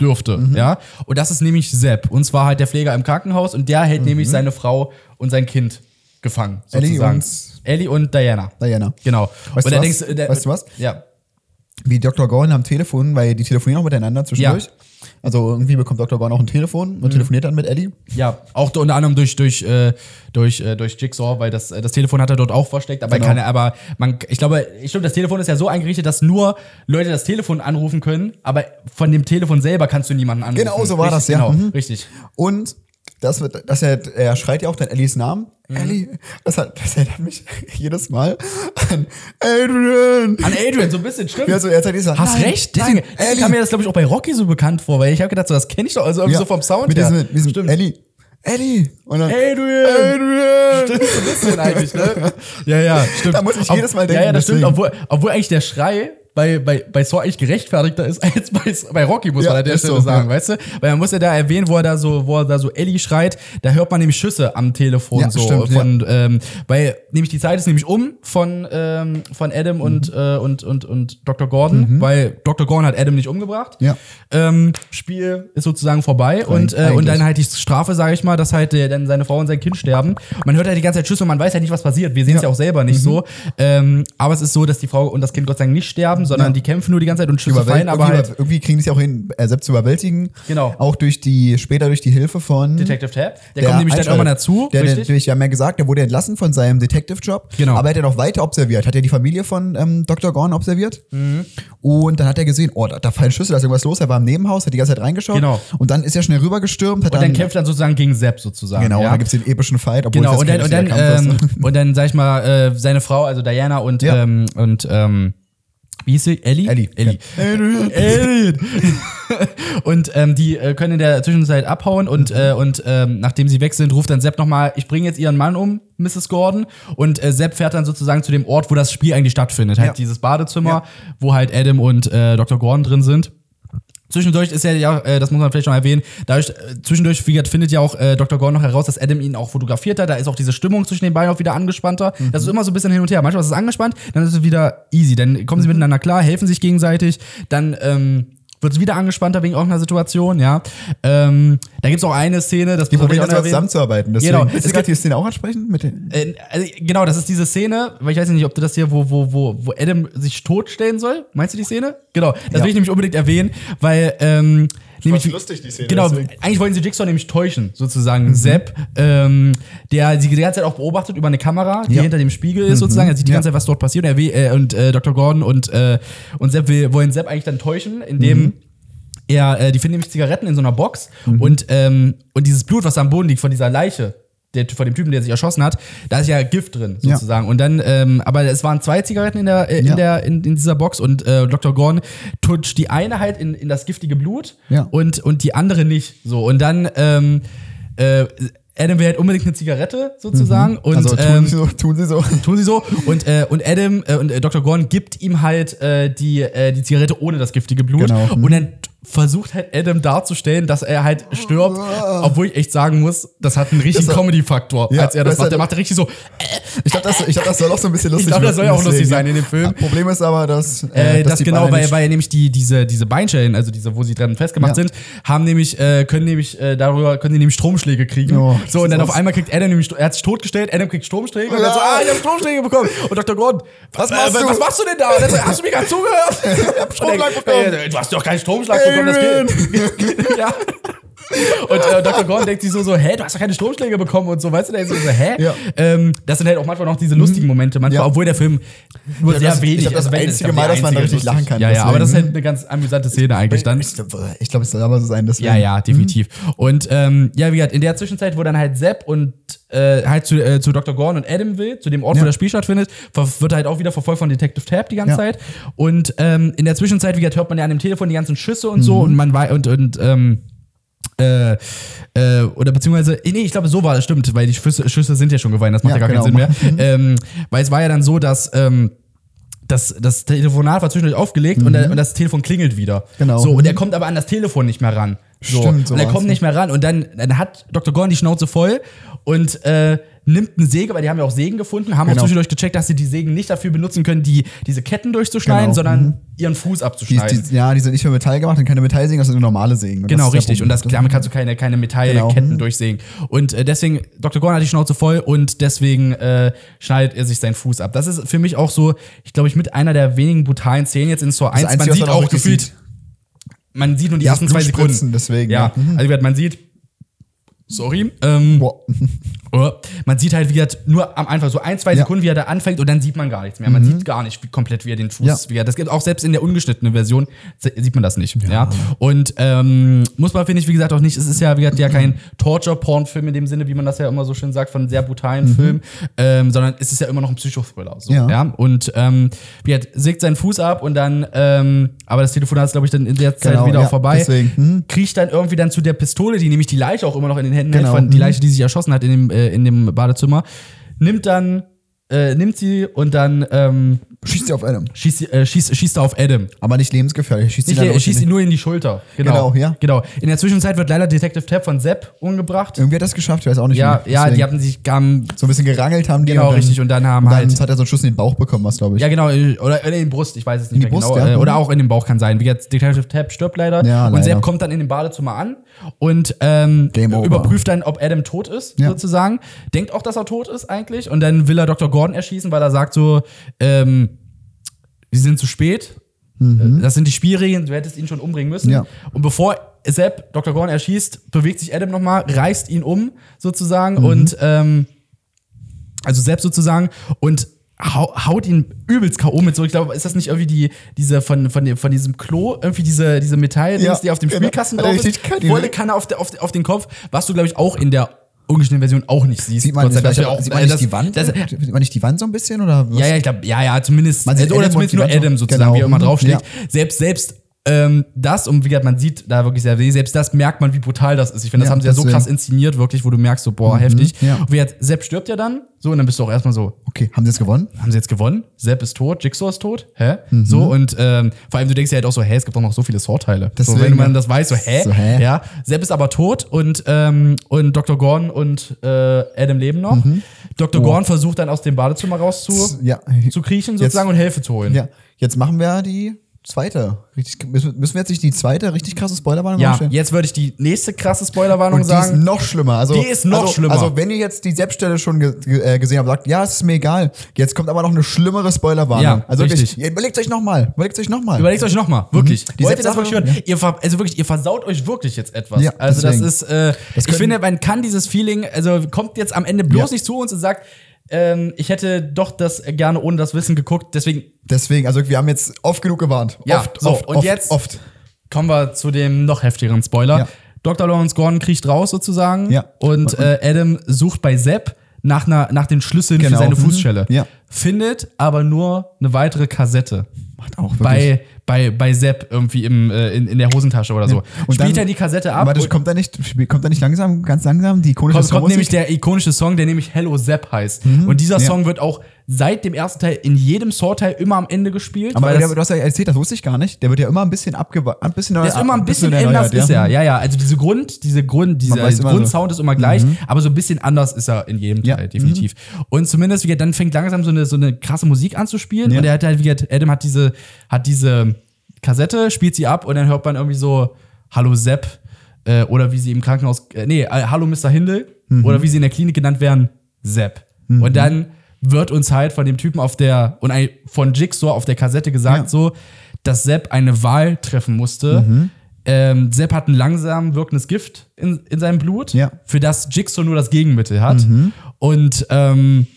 dürfte, Mhm. ja. Und das ist nämlich Sepp. Und zwar halt der Pfleger im Krankenhaus und der hält nämlich seine Frau und sein Kind gefangen, Mhm. Ellie sozusagen. und- Ellie und Diana. Diana. Genau. und Weißt du da was? denkst, da- Weißt du was? Ja. wie Dr. Gordon am Telefon, weil die telefonieren auch miteinander zwischendurch. Also irgendwie bekommt Dr. Gordon auch ein Telefon Mhm. und telefoniert dann mit Ellie. Ja, auch unter anderem durch durch äh, durch äh, durch Jigsaw, weil das äh, das Telefon hat er dort auch versteckt, aber Genau. kann er, aber man ich glaube, ich glaube, das Telefon ist ja so eingerichtet, dass nur Leute das Telefon anrufen können, aber von dem Telefon selber kannst du niemanden anrufen. Genau, so war richtig, das, ja. Genau, Mhm. richtig. Und das wird, Mhm. dass er, er schreit ja auch dann Ellies Namen. Ellie, das hat, das erinnert mich jedes Mal Adrian! Adrian! An Adrian, so ein bisschen, stimmt. Ja, so er hat dieser, Hast nein, recht, deswegen, nein, deswegen Ellie. kam mir das, glaube ich, auch bei Rocky so bekannt vor, weil ich habe gedacht, so, das kenne ich doch, also irgendwie so vom Sound mit her. diesem, mit diesem Stimmt. Ellie. Ellie! Und dann, Adrian! Adrian! Stimmt, so ein bisschen eigentlich, ne? Ja, ja, stimmt. Da muss ich jedes Mal Ja, ja, denken, das stimmt, deswegen. obwohl, obwohl eigentlich der Schrei bei, bei, bei Saw eigentlich gerechtfertigter ist als bei, bei Rocky, muss Ja, man an der ist Stelle so, sagen, ja. weißt du? Weil man muss ja da erwähnen, wo er da so, wo er da so Ellie schreit, da hört man nämlich Schüsse am Telefon Ja, so. stimmt, von, ähm, weil nämlich die Zeit ist nämlich um von, ähm, von Adam und, Mhm. äh, und, und, und Dr. Gordon, weil Dr. Gordon hat Adam nicht umgebracht. Ja. Ähm, Spiel ist sozusagen vorbei und, äh, und eigentlich. dann halt die Strafe, sage ich mal, dass halt äh, dann seine Frau und sein Kind sterben. Man hört halt die ganze Zeit Schüsse und man weiß halt nicht, was passiert. Wir sehen es ja. Ja. Mhm. auch selber nicht so. Ähm, aber es ist so, dass die Frau und das Kind Gott sei Dank nicht sterben, sondern Ja. die kämpfen nur die ganze Zeit und Schüsse Überwält- fallen, aber irgendwie, halt über- irgendwie kriegen die es ja auch hin, äh, selbst zu überwältigen. Genau. Auch durch die, später durch die Hilfe von Detective Tab. Der, kommt nämlich dann Einschalter. irgendwann dazu, Der, der, richtig? natürlich, wir haben ja gesagt, der wurde entlassen von seinem Detective-Job. Genau. Aber er hat ja noch weiter observiert. Hat ja die Familie von ähm, Dr. Gorn observiert. Mhm. Und dann hat er gesehen, oh, da, da fallen Schüsse, da ist irgendwas los. Er war im Nebenhaus, hat die ganze Zeit reingeschaut. Genau. Und dann ist er schnell rübergestürmt. Hat und dann kämpft dann sozusagen gegen Sepp sozusagen. Genau, ja? da gibt's den epischen Fight. Obwohl Genau, es und dann, jetzt kein und, dann, richtiger Kampf ähm, ist. und dann, sag ich mal, äh, seine Frau, also Diana und, Ja. ähm, und ähm, wie hieß sie? Ellie? Ellie. Ellie. Ellie. Alien. und ähm, die äh, können in der Zwischenzeit abhauen Mhm. und, äh, und ähm, nachdem sie weg sind, ruft dann Sepp nochmal, ich bringe jetzt ihren Mann um, Mrs. Gordon. Und äh, Sepp fährt dann sozusagen zu dem Ort, wo das Spiel eigentlich stattfindet. Ja. Halt dieses Badezimmer, wo halt Adam und äh, Dr. Gordon drin sind. Zwischendurch ist ja, ja, äh, das muss man vielleicht noch erwähnen, dadurch, äh, zwischendurch wie gesagt, findet ja auch äh, Dr. Gorn noch heraus, dass Adam ihn auch fotografiert hat. Da ist auch diese Stimmung zwischen den beiden auch wieder angespannter. Das ist immer so ein bisschen hin und her. Manchmal ist es angespannt, dann ist es wieder easy. Dann kommen sie miteinander klar, helfen sich gegenseitig, dann ähm, wird es wieder angespannter wegen irgendeiner Situation, ja. Ähm, da gibt es auch eine Szene, das Die muss man probieren auch noch jetzt mal erwähnen. zusammenzuarbeiten. Deswegen, Genau. Es Ist gibt- gerade die Szene auch ansprechend? Mit den, Äh, also, genau, das ist diese Szene, weil ich weiß nicht, ob du das hier, wo, wo, wo, wo Adam sich totstellen soll. Meinst du die Szene? Genau, das Ja. will ich nämlich unbedingt erwähnen, weil ähm, nämlich, lustig, die Szene, Genau, deswegen. Mhm. eigentlich wollten sie Jigsaw nämlich täuschen, sozusagen. Sepp, ähm, der sie die ganze Zeit auch beobachtet über eine Kamera, die Ja. Mhm. hinter dem Spiegel ist, sozusagen. Er sieht die Ja. ganze Zeit, was dort passiert. Und, er will, äh, und äh, Dr. Gordon und, äh, und Sepp will, wollen Sepp eigentlich dann täuschen, indem Mhm. er, äh, die finden nämlich Zigaretten in so einer Box und, ähm, und dieses Blut, was am Boden liegt von dieser Leiche, der, von dem Typen, der sich erschossen hat, da ist ja Gift drin, Ja. sozusagen. Und dann, ähm, aber es waren zwei Zigaretten in der, äh, in Ja. der, in, in dieser Box und äh, Dr. Gorn tutscht die eine halt in, in das giftige Blut Ja. und, und die andere nicht. So. Und dann, ähm, äh, Adam will halt unbedingt eine Zigarette, sozusagen. Und, also tun, ähm, sie so, tun sie so. tun sie so. Und, äh, und Adam äh, und äh, Dr. Gorn gibt ihm halt äh, die, äh, die Zigarette ohne das giftige Blut. Genau. Und dann t- versucht halt Adam darzustellen, dass er halt stirbt. Obwohl ich echt sagen muss, das hat einen richtigen Das hat- Comedy-Faktor, Ja, als er das das macht. hat- Der macht richtig so. Ich glaube, das, ich glaub, das soll auch so ein bisschen lustig glaub, das soll ja auch lustig deswegen, sein in dem Film. Problem ist aber, dass. Äh, das die genau, Beine weil, nicht- weil nämlich die, diese, diese Beinstellen, also diese, wo sie dran festgemacht Ja. sind, haben nämlich, äh, können nämlich äh, darüber, können sie nämlich Stromschläge kriegen. Ja, so, und dann das ist auf einmal kriegt Adam nämlich, Sto- er hat sich totgestellt, Adam kriegt Stromschläge und dann so, Ja. ah, ich habe Stromschläge bekommen. Und Dr. Gordon, was machst äh, du? Was machst du denn da? Und dann so, hast du mir gerade zugehört? ich hab Stromschlag bekommen. du hast doch keinen Stromschlag bekommen, das geht. ja. Und äh, Dr. Gordon denkt sich so, so, hä, du hast doch keine Stromschläge bekommen und so, weißt du, der ist so, so hä? Ja. Ähm, das sind halt auch manchmal noch diese lustigen Momente, manchmal, Ja. obwohl der Film nur Ja, sehr das- ich wenig. Also glaub, das wenn, einzige glaub, Mal, die dass man da einzige richtig lachen kann, Ja, ja, aber das ist deswegen. halt eine ganz amüsante Szene eigentlich dann. Ich mhm. glaube, glaub, es soll aber so sein, dass. Ja, ja, definitiv. Und ähm, ja, wie gesagt, in der Zwischenzeit, wo dann halt Sepp und äh, halt zu, äh, zu Dr. Gorn und Adam will, zu dem Ort, wo Ja. das Spiel stattfindet, ver- wird halt auch wieder verfolgt von Detective Tab die ganze Ja. Zeit. Und ähm, in der Zwischenzeit, wie gesagt, hört man ja an dem Telefon die ganzen Schüsse und Mhm. so und man weiß und, und ähm, äh, äh, oder beziehungsweise, eh, nee, ich glaube, so war das, stimmt, weil die Schüsse, Schüsse sind ja schon gefallen, das macht ja, Ja, gar genau. keinen Sinn mehr. ähm, weil es war ja dann so, dass ähm, das, das Telefonat war zwischendurch aufgelegt und, der, und das Telefon klingelt wieder. Mhm. Genau. So, und er kommt aber an das Telefon nicht mehr ran. So. Stimmt, so Und er war's, kommt ne? nicht mehr ran. Und dann, dann hat Dr. Gorn die Schnauze voll und äh, nimmt eine Säge, weil die haben ja auch Sägen gefunden, haben Genau. auch zwischendurch gecheckt, dass sie die Sägen nicht dafür benutzen können, die, diese Ketten durchzuschneiden, Genau, sondern ihren Fuß Die, ist- abzuschneiden. die, ja, die sind nicht für Metall gemacht und keine Metallsägen, das sind nur normale Sägen. Und Genau, das ist der richtig. Und das, Punkt. damit kannst du keine, keine Metallketten Genau. Mhm. durchsägen. Und äh, deswegen, Dr. Gorn hat die Schnauze voll und deswegen äh, schneidet er sich seinen Fuß ab. Das ist für mich auch so, ich glaube, ich mit einer der wenigen brutalen Szenen jetzt in Saw 1. Einzige, Man was sieht man auch auch wirklich gefühlt, sieht. man sieht nur die Ja, ersten zwei Blutspritzen, Sekunden. deswegen, Ja, ja. Mhm. also wie gesagt, man sieht Sorry. Ähm, Boah. oh, man sieht halt, wie er nur am Anfang so ein, zwei Ja. Mhm. Sekunden, wie er da anfängt und dann sieht man gar nichts mehr. Man sieht gar nicht, wie komplett wie er den Fuß, Ja. wie er das gibt. Auch selbst in der ungeschnittenen Version se- sieht man das nicht. Ja. Und ähm, muss man, finde ich, wie gesagt, auch nicht. Es ist ja, wie gesagt, ja kein Torture-Porn-Film in dem Sinne, wie man das ja immer so schön sagt, von sehr brutalen Filmen, ähm, sondern es ist ja immer noch ein Psychothriller. So, Mhm. Ja. ja. Und ähm, wie gesagt, sägt seinen Fuß ab und dann, ähm, aber das Telefonat ist, glaube ich, dann in der Zeit Genau, wieder ja, auch vorbei. deswegen, hm. Kriecht dann irgendwie dann zu der Pistole, die nämlich die Leiche auch immer noch in den Händen Genau, hält, von, die mhm. Leiche, die sich erschossen hat in dem, äh, in dem Badezimmer, nimmt dann, äh, nimmt sie und dann ähm, Schießt sie auf Adam. schießt, sie- äh, schießt, schießt er auf Adam. Aber nicht lebensgefährlich. Schießt sie Nicht, dann er durch schießt die- ihn nur in die Schulter. Genau, ne? Genau, ja. Genau. In der Zwischenzeit wird leider Detective Tab von Sepp umgebracht. Irgendwie hat das geschafft, ich weiß auch nicht. Ja, wie. ja, die Deswegen. haben sich gamm, so ein bisschen gerangelt haben die. Genau, richtig. Und dann haben dann halt- hat er so einen Schuss in den Bauch bekommen, was glaube ich. Ja, genau, äh, oder in den Brust, ich weiß es nicht die mehr Brust, genau. ja. Mhm. äh, Oder auch in den Bauch kann sein. Wie jetzt Detective Tab stirbt leider. Ja, und leider. Sepp kommt dann in dem Badezimmer an und ähm, Game over. überprüft dann, ob Adam tot ist, Ja. sozusagen. Denkt auch, dass er tot ist eigentlich. Und dann will er Dr. Gordon erschießen, weil er sagt so, ähm, sie sind zu spät. Äh, Das sind die Spielregeln, du hättest ihn schon umbringen müssen. Mhm. Ja. Und bevor Sepp Dr. Gordon erschießt, bewegt sich Adam nochmal, reißt ihn um, sozusagen. Mhm. Und ähm, also selbst sozusagen und hau- haut ihn übelst K.O. mit so, ich glaube, ist das nicht irgendwie die, diese von, von, dem, von diesem Klo, irgendwie diese, diese Metall, Ja, die auf dem genau. Spielkasten Hat er drauf ist, richtig kalt, die- volle Kanne auf, der, auf, auf den Kopf, was du, glaube ich, auch in der ungeschnittenen Version auch nicht siehst. Sieht man, Gott sei Dank. vielleicht Ja, auch, auch- sieht man äh, nicht das- die Wand? Das, sieht man nicht die Wand so ein bisschen? Oder was? ja, ja, ich glaube, ja, ja, zumindest, Man sieht also, oder Adam und zumindest die nur Wand Adam so. sozusagen, Genau. wie er immer Mhm. draufsteht. Ja. Selbst, selbst ähm, das, und wie gesagt, man sieht da wirklich sehr, selbst das merkt man, wie brutal das ist. Ich finde, das Ja, haben sie ja so deswegen. Mhm. krass inszeniert, wirklich, wo du merkst, so, boah, heftig. ja. Und wie gesagt, Sepp stirbt ja dann, so, und dann bist du auch erstmal so, Okay, haben sie jetzt gewonnen? haben sie jetzt gewonnen? Sepp ist tot, Jigsaw ist tot, hä? Mhm. So und ähm, vor allem du denkst ja halt auch so, hä, es gibt doch noch so viele Saw-Teile. So, Deswegen, wenn man ja. das weiß, so hä? So, hä? Ja, Sepp ist aber tot und ähm, und Dr. Gorn und äh, Adam leben noch. Dr. Gorn versucht dann aus dem Badezimmer raus zu, Mhm. Oh. Ja. zu kriechen Jetzt- sozusagen und Hilfe zu holen. ja. Jetzt machen wir die zweite. Richtig, müssen müssen wir jetzt nicht die zweite richtig krasse Spoilerwarnung Ja, aufstellen? jetzt würde ich die nächste krasse Spoilerwarnung Und die ist sagen. noch schlimmer. Also, Die ist noch also, schlimmer. Also, wenn ihr jetzt die Selbststelle schon ge ge äh, gesehen habt, sagt, ja, es ist mir egal. Jetzt kommt aber noch eine schlimmere Spoilerwarnung. Ja, also richtig. Wirklich, ihr überlegt euch nochmal. Überlegt euch nochmal. Überlegt euch nochmal, wirklich. Die Wollt ihr das Selbstsache- wirklich hören? Ihr ver also wirklich, ihr versaut euch wirklich jetzt etwas. Ja, also das deswegen. ist, äh, ich können- finde, man kann dieses Feeling, also kommt jetzt am Ende bloß Ja. nicht zu uns und sagt, ähm, ich hätte doch das gerne ohne das Wissen geguckt. Deswegen Deswegen, also wir haben jetzt oft genug gewarnt. Ja, oft, so, oft, und oft, jetzt- oft. kommen wir zu dem noch heftigeren Spoiler. Ja. Dr. Lawrence Gordon kriecht raus sozusagen Ja. und äh, Adam sucht bei Sepp nach, einer, nach den Schlüsseln für Genau, seine mhm. Fußschelle. Ja. Findet aber nur eine weitere Kassette. Macht auch wirklich. bei, bei, bei Sepp irgendwie im, äh, in, in der Hosentasche oder so. Und Spielt er dann- die Kassette ab. Warte, und kommt da nicht, spiel- kommt da nicht langsam, ganz langsam die ikonische kommt, kommt Songmusik? nämlich der ikonische Song, der nämlich Hello Sepp heißt. Und dieser Mhm. ja. Song wird auch seit dem ersten Teil in jedem Saw-Teil immer am Ende gespielt. Aber weil der, das, du hast ja erzählt, das wusste ich gar nicht. Der wird ja immer ein bisschen abgewandt. Ein bisschen der ist immer ein bisschen anders erneuert, ist er. Ja, ja. Also diese Grund, diese Grund, dieser weiß immer Grundsound ist immer gleich, aber so ein bisschen anders ist er in jedem Mhm. Ja. Mhm. Teil, definitiv. Und zumindest, wie gesagt, dann fängt langsam so eine, so eine krasse Musik an zu spielen. Ja. Und er hat halt, wie gesagt, Adam hat diese, hat diese Kassette, spielt sie ab und dann hört man irgendwie so, Hallo Sepp, äh, oder wie sie im Krankenhaus, äh, nee, äh, Hallo Mr. Hindel, Mhm. oder wie sie in der Klinik genannt werden, Sepp. Und dann wird uns halt von dem Typen auf der, und ein, von Jigsaw auf der Kassette gesagt, Ja. so, dass Sepp eine Wahl treffen musste. Mhm. Ähm, Sepp hat ein langsam wirkendes Gift in, in seinem Blut, Ja. Mhm. für das Jigsaw nur das Gegenmittel hat. Und ähm,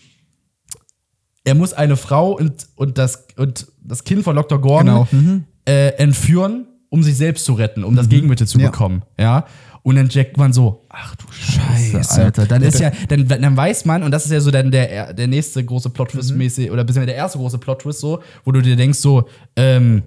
er muss eine Frau und, und, das, und das Kind von Dr. Gordon Genau. äh, entführen, um sich selbst zu retten, um das Gegenmittel zu Mhm. Ja. bekommen. Ja. Und dann checkt man so, ach du Scheiße, Scheiße. Alter. Dann Ja, ist da- ja, dann, dann weiß man, und das ist ja so dann der, der nächste große Mhm. Plot-Twist mäßig, oder beziehungsweise der erste große Plot-Twist so, wo du dir denkst so, ähm,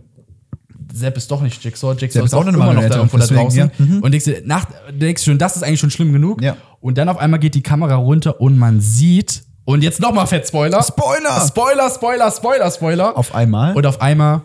Sepp ist doch nicht Jigsaw, Jigsaw Sepp ist ist auch auch eine immer noch da Marionette, irgendwo da deswegen, draußen. ja. Mhm. Und denkst dir, nach, denkst schon, das ist eigentlich schon schlimm genug. Ja. Und dann auf einmal geht die Kamera runter und man sieht, und jetzt nochmal fett Spoiler. Spoiler! Spoiler, Spoiler, Spoiler, Spoiler. Auf einmal und auf einmal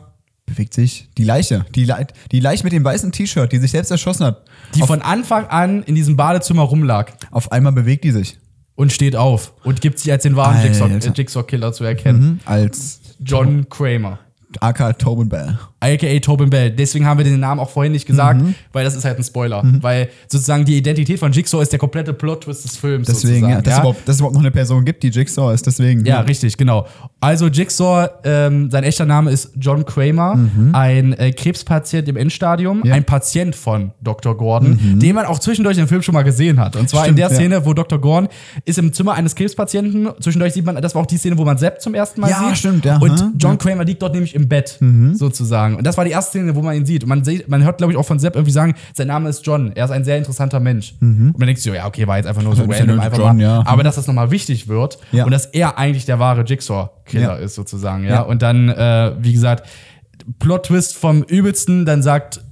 bewegt sich die Leiche. Die, Le die Leiche mit dem weißen T-Shirt, die sich selbst erschossen hat. die auf, von Anfang an in diesem Badezimmer rumlag auf einmal bewegt die sich. und steht auf und gibt sich als den wahren Alter. Mhm. Jigsaw- äh, Jigsaw-Killer zu erkennen. Als John Kramer. AK Tobin Bell. aka Tobin Bell. Deswegen haben wir den Namen auch vorhin nicht gesagt, Mhm. weil das ist halt ein Spoiler. Weil sozusagen die Identität von Jigsaw ist der komplette Plot-Twist des Films. Deswegen, sozusagen, ja, dass, Überhaupt, dass es überhaupt noch eine Person gibt, die Jigsaw ist, deswegen. ne? Ja, richtig, genau. Also Jigsaw, ähm, sein echter Name ist John Kramer, Mhm. ein äh, Krebspatient im Endstadium, ein Patient von Dr. Gordon, den man auch zwischendurch im Film schon mal gesehen hat. Und zwar in Mhm. Stimmt, der ja. Szene, wo Dr. Gordon ist im Zimmer eines Krebspatienten. Zwischendurch sieht man, das war auch die Szene, wo man Sepp zum ersten Mal Ja, sieht. stimmt, ja, Und mhm. John Kramer liegt dort nämlich im Bett, sozusagen. Und das war die erste Szene, wo man ihn sieht. Und man, sieht, man hört, glaube ich, auch von Sepp irgendwie sagen, sein Name ist John. Er ist ein sehr interessanter Mensch. Und man denkt sich so, ja, okay, war jetzt einfach nur so Mhm. Also, random. nur Einfach John, mal. ja. Aber aber dass das nochmal wichtig wird Mhm. Ja. und dass er eigentlich der wahre Jigsaw-Killer Ja. ist, sozusagen. Ja? Ja. Und dann, äh, wie gesagt, Plot-Twist vom Übelsten, dann sagt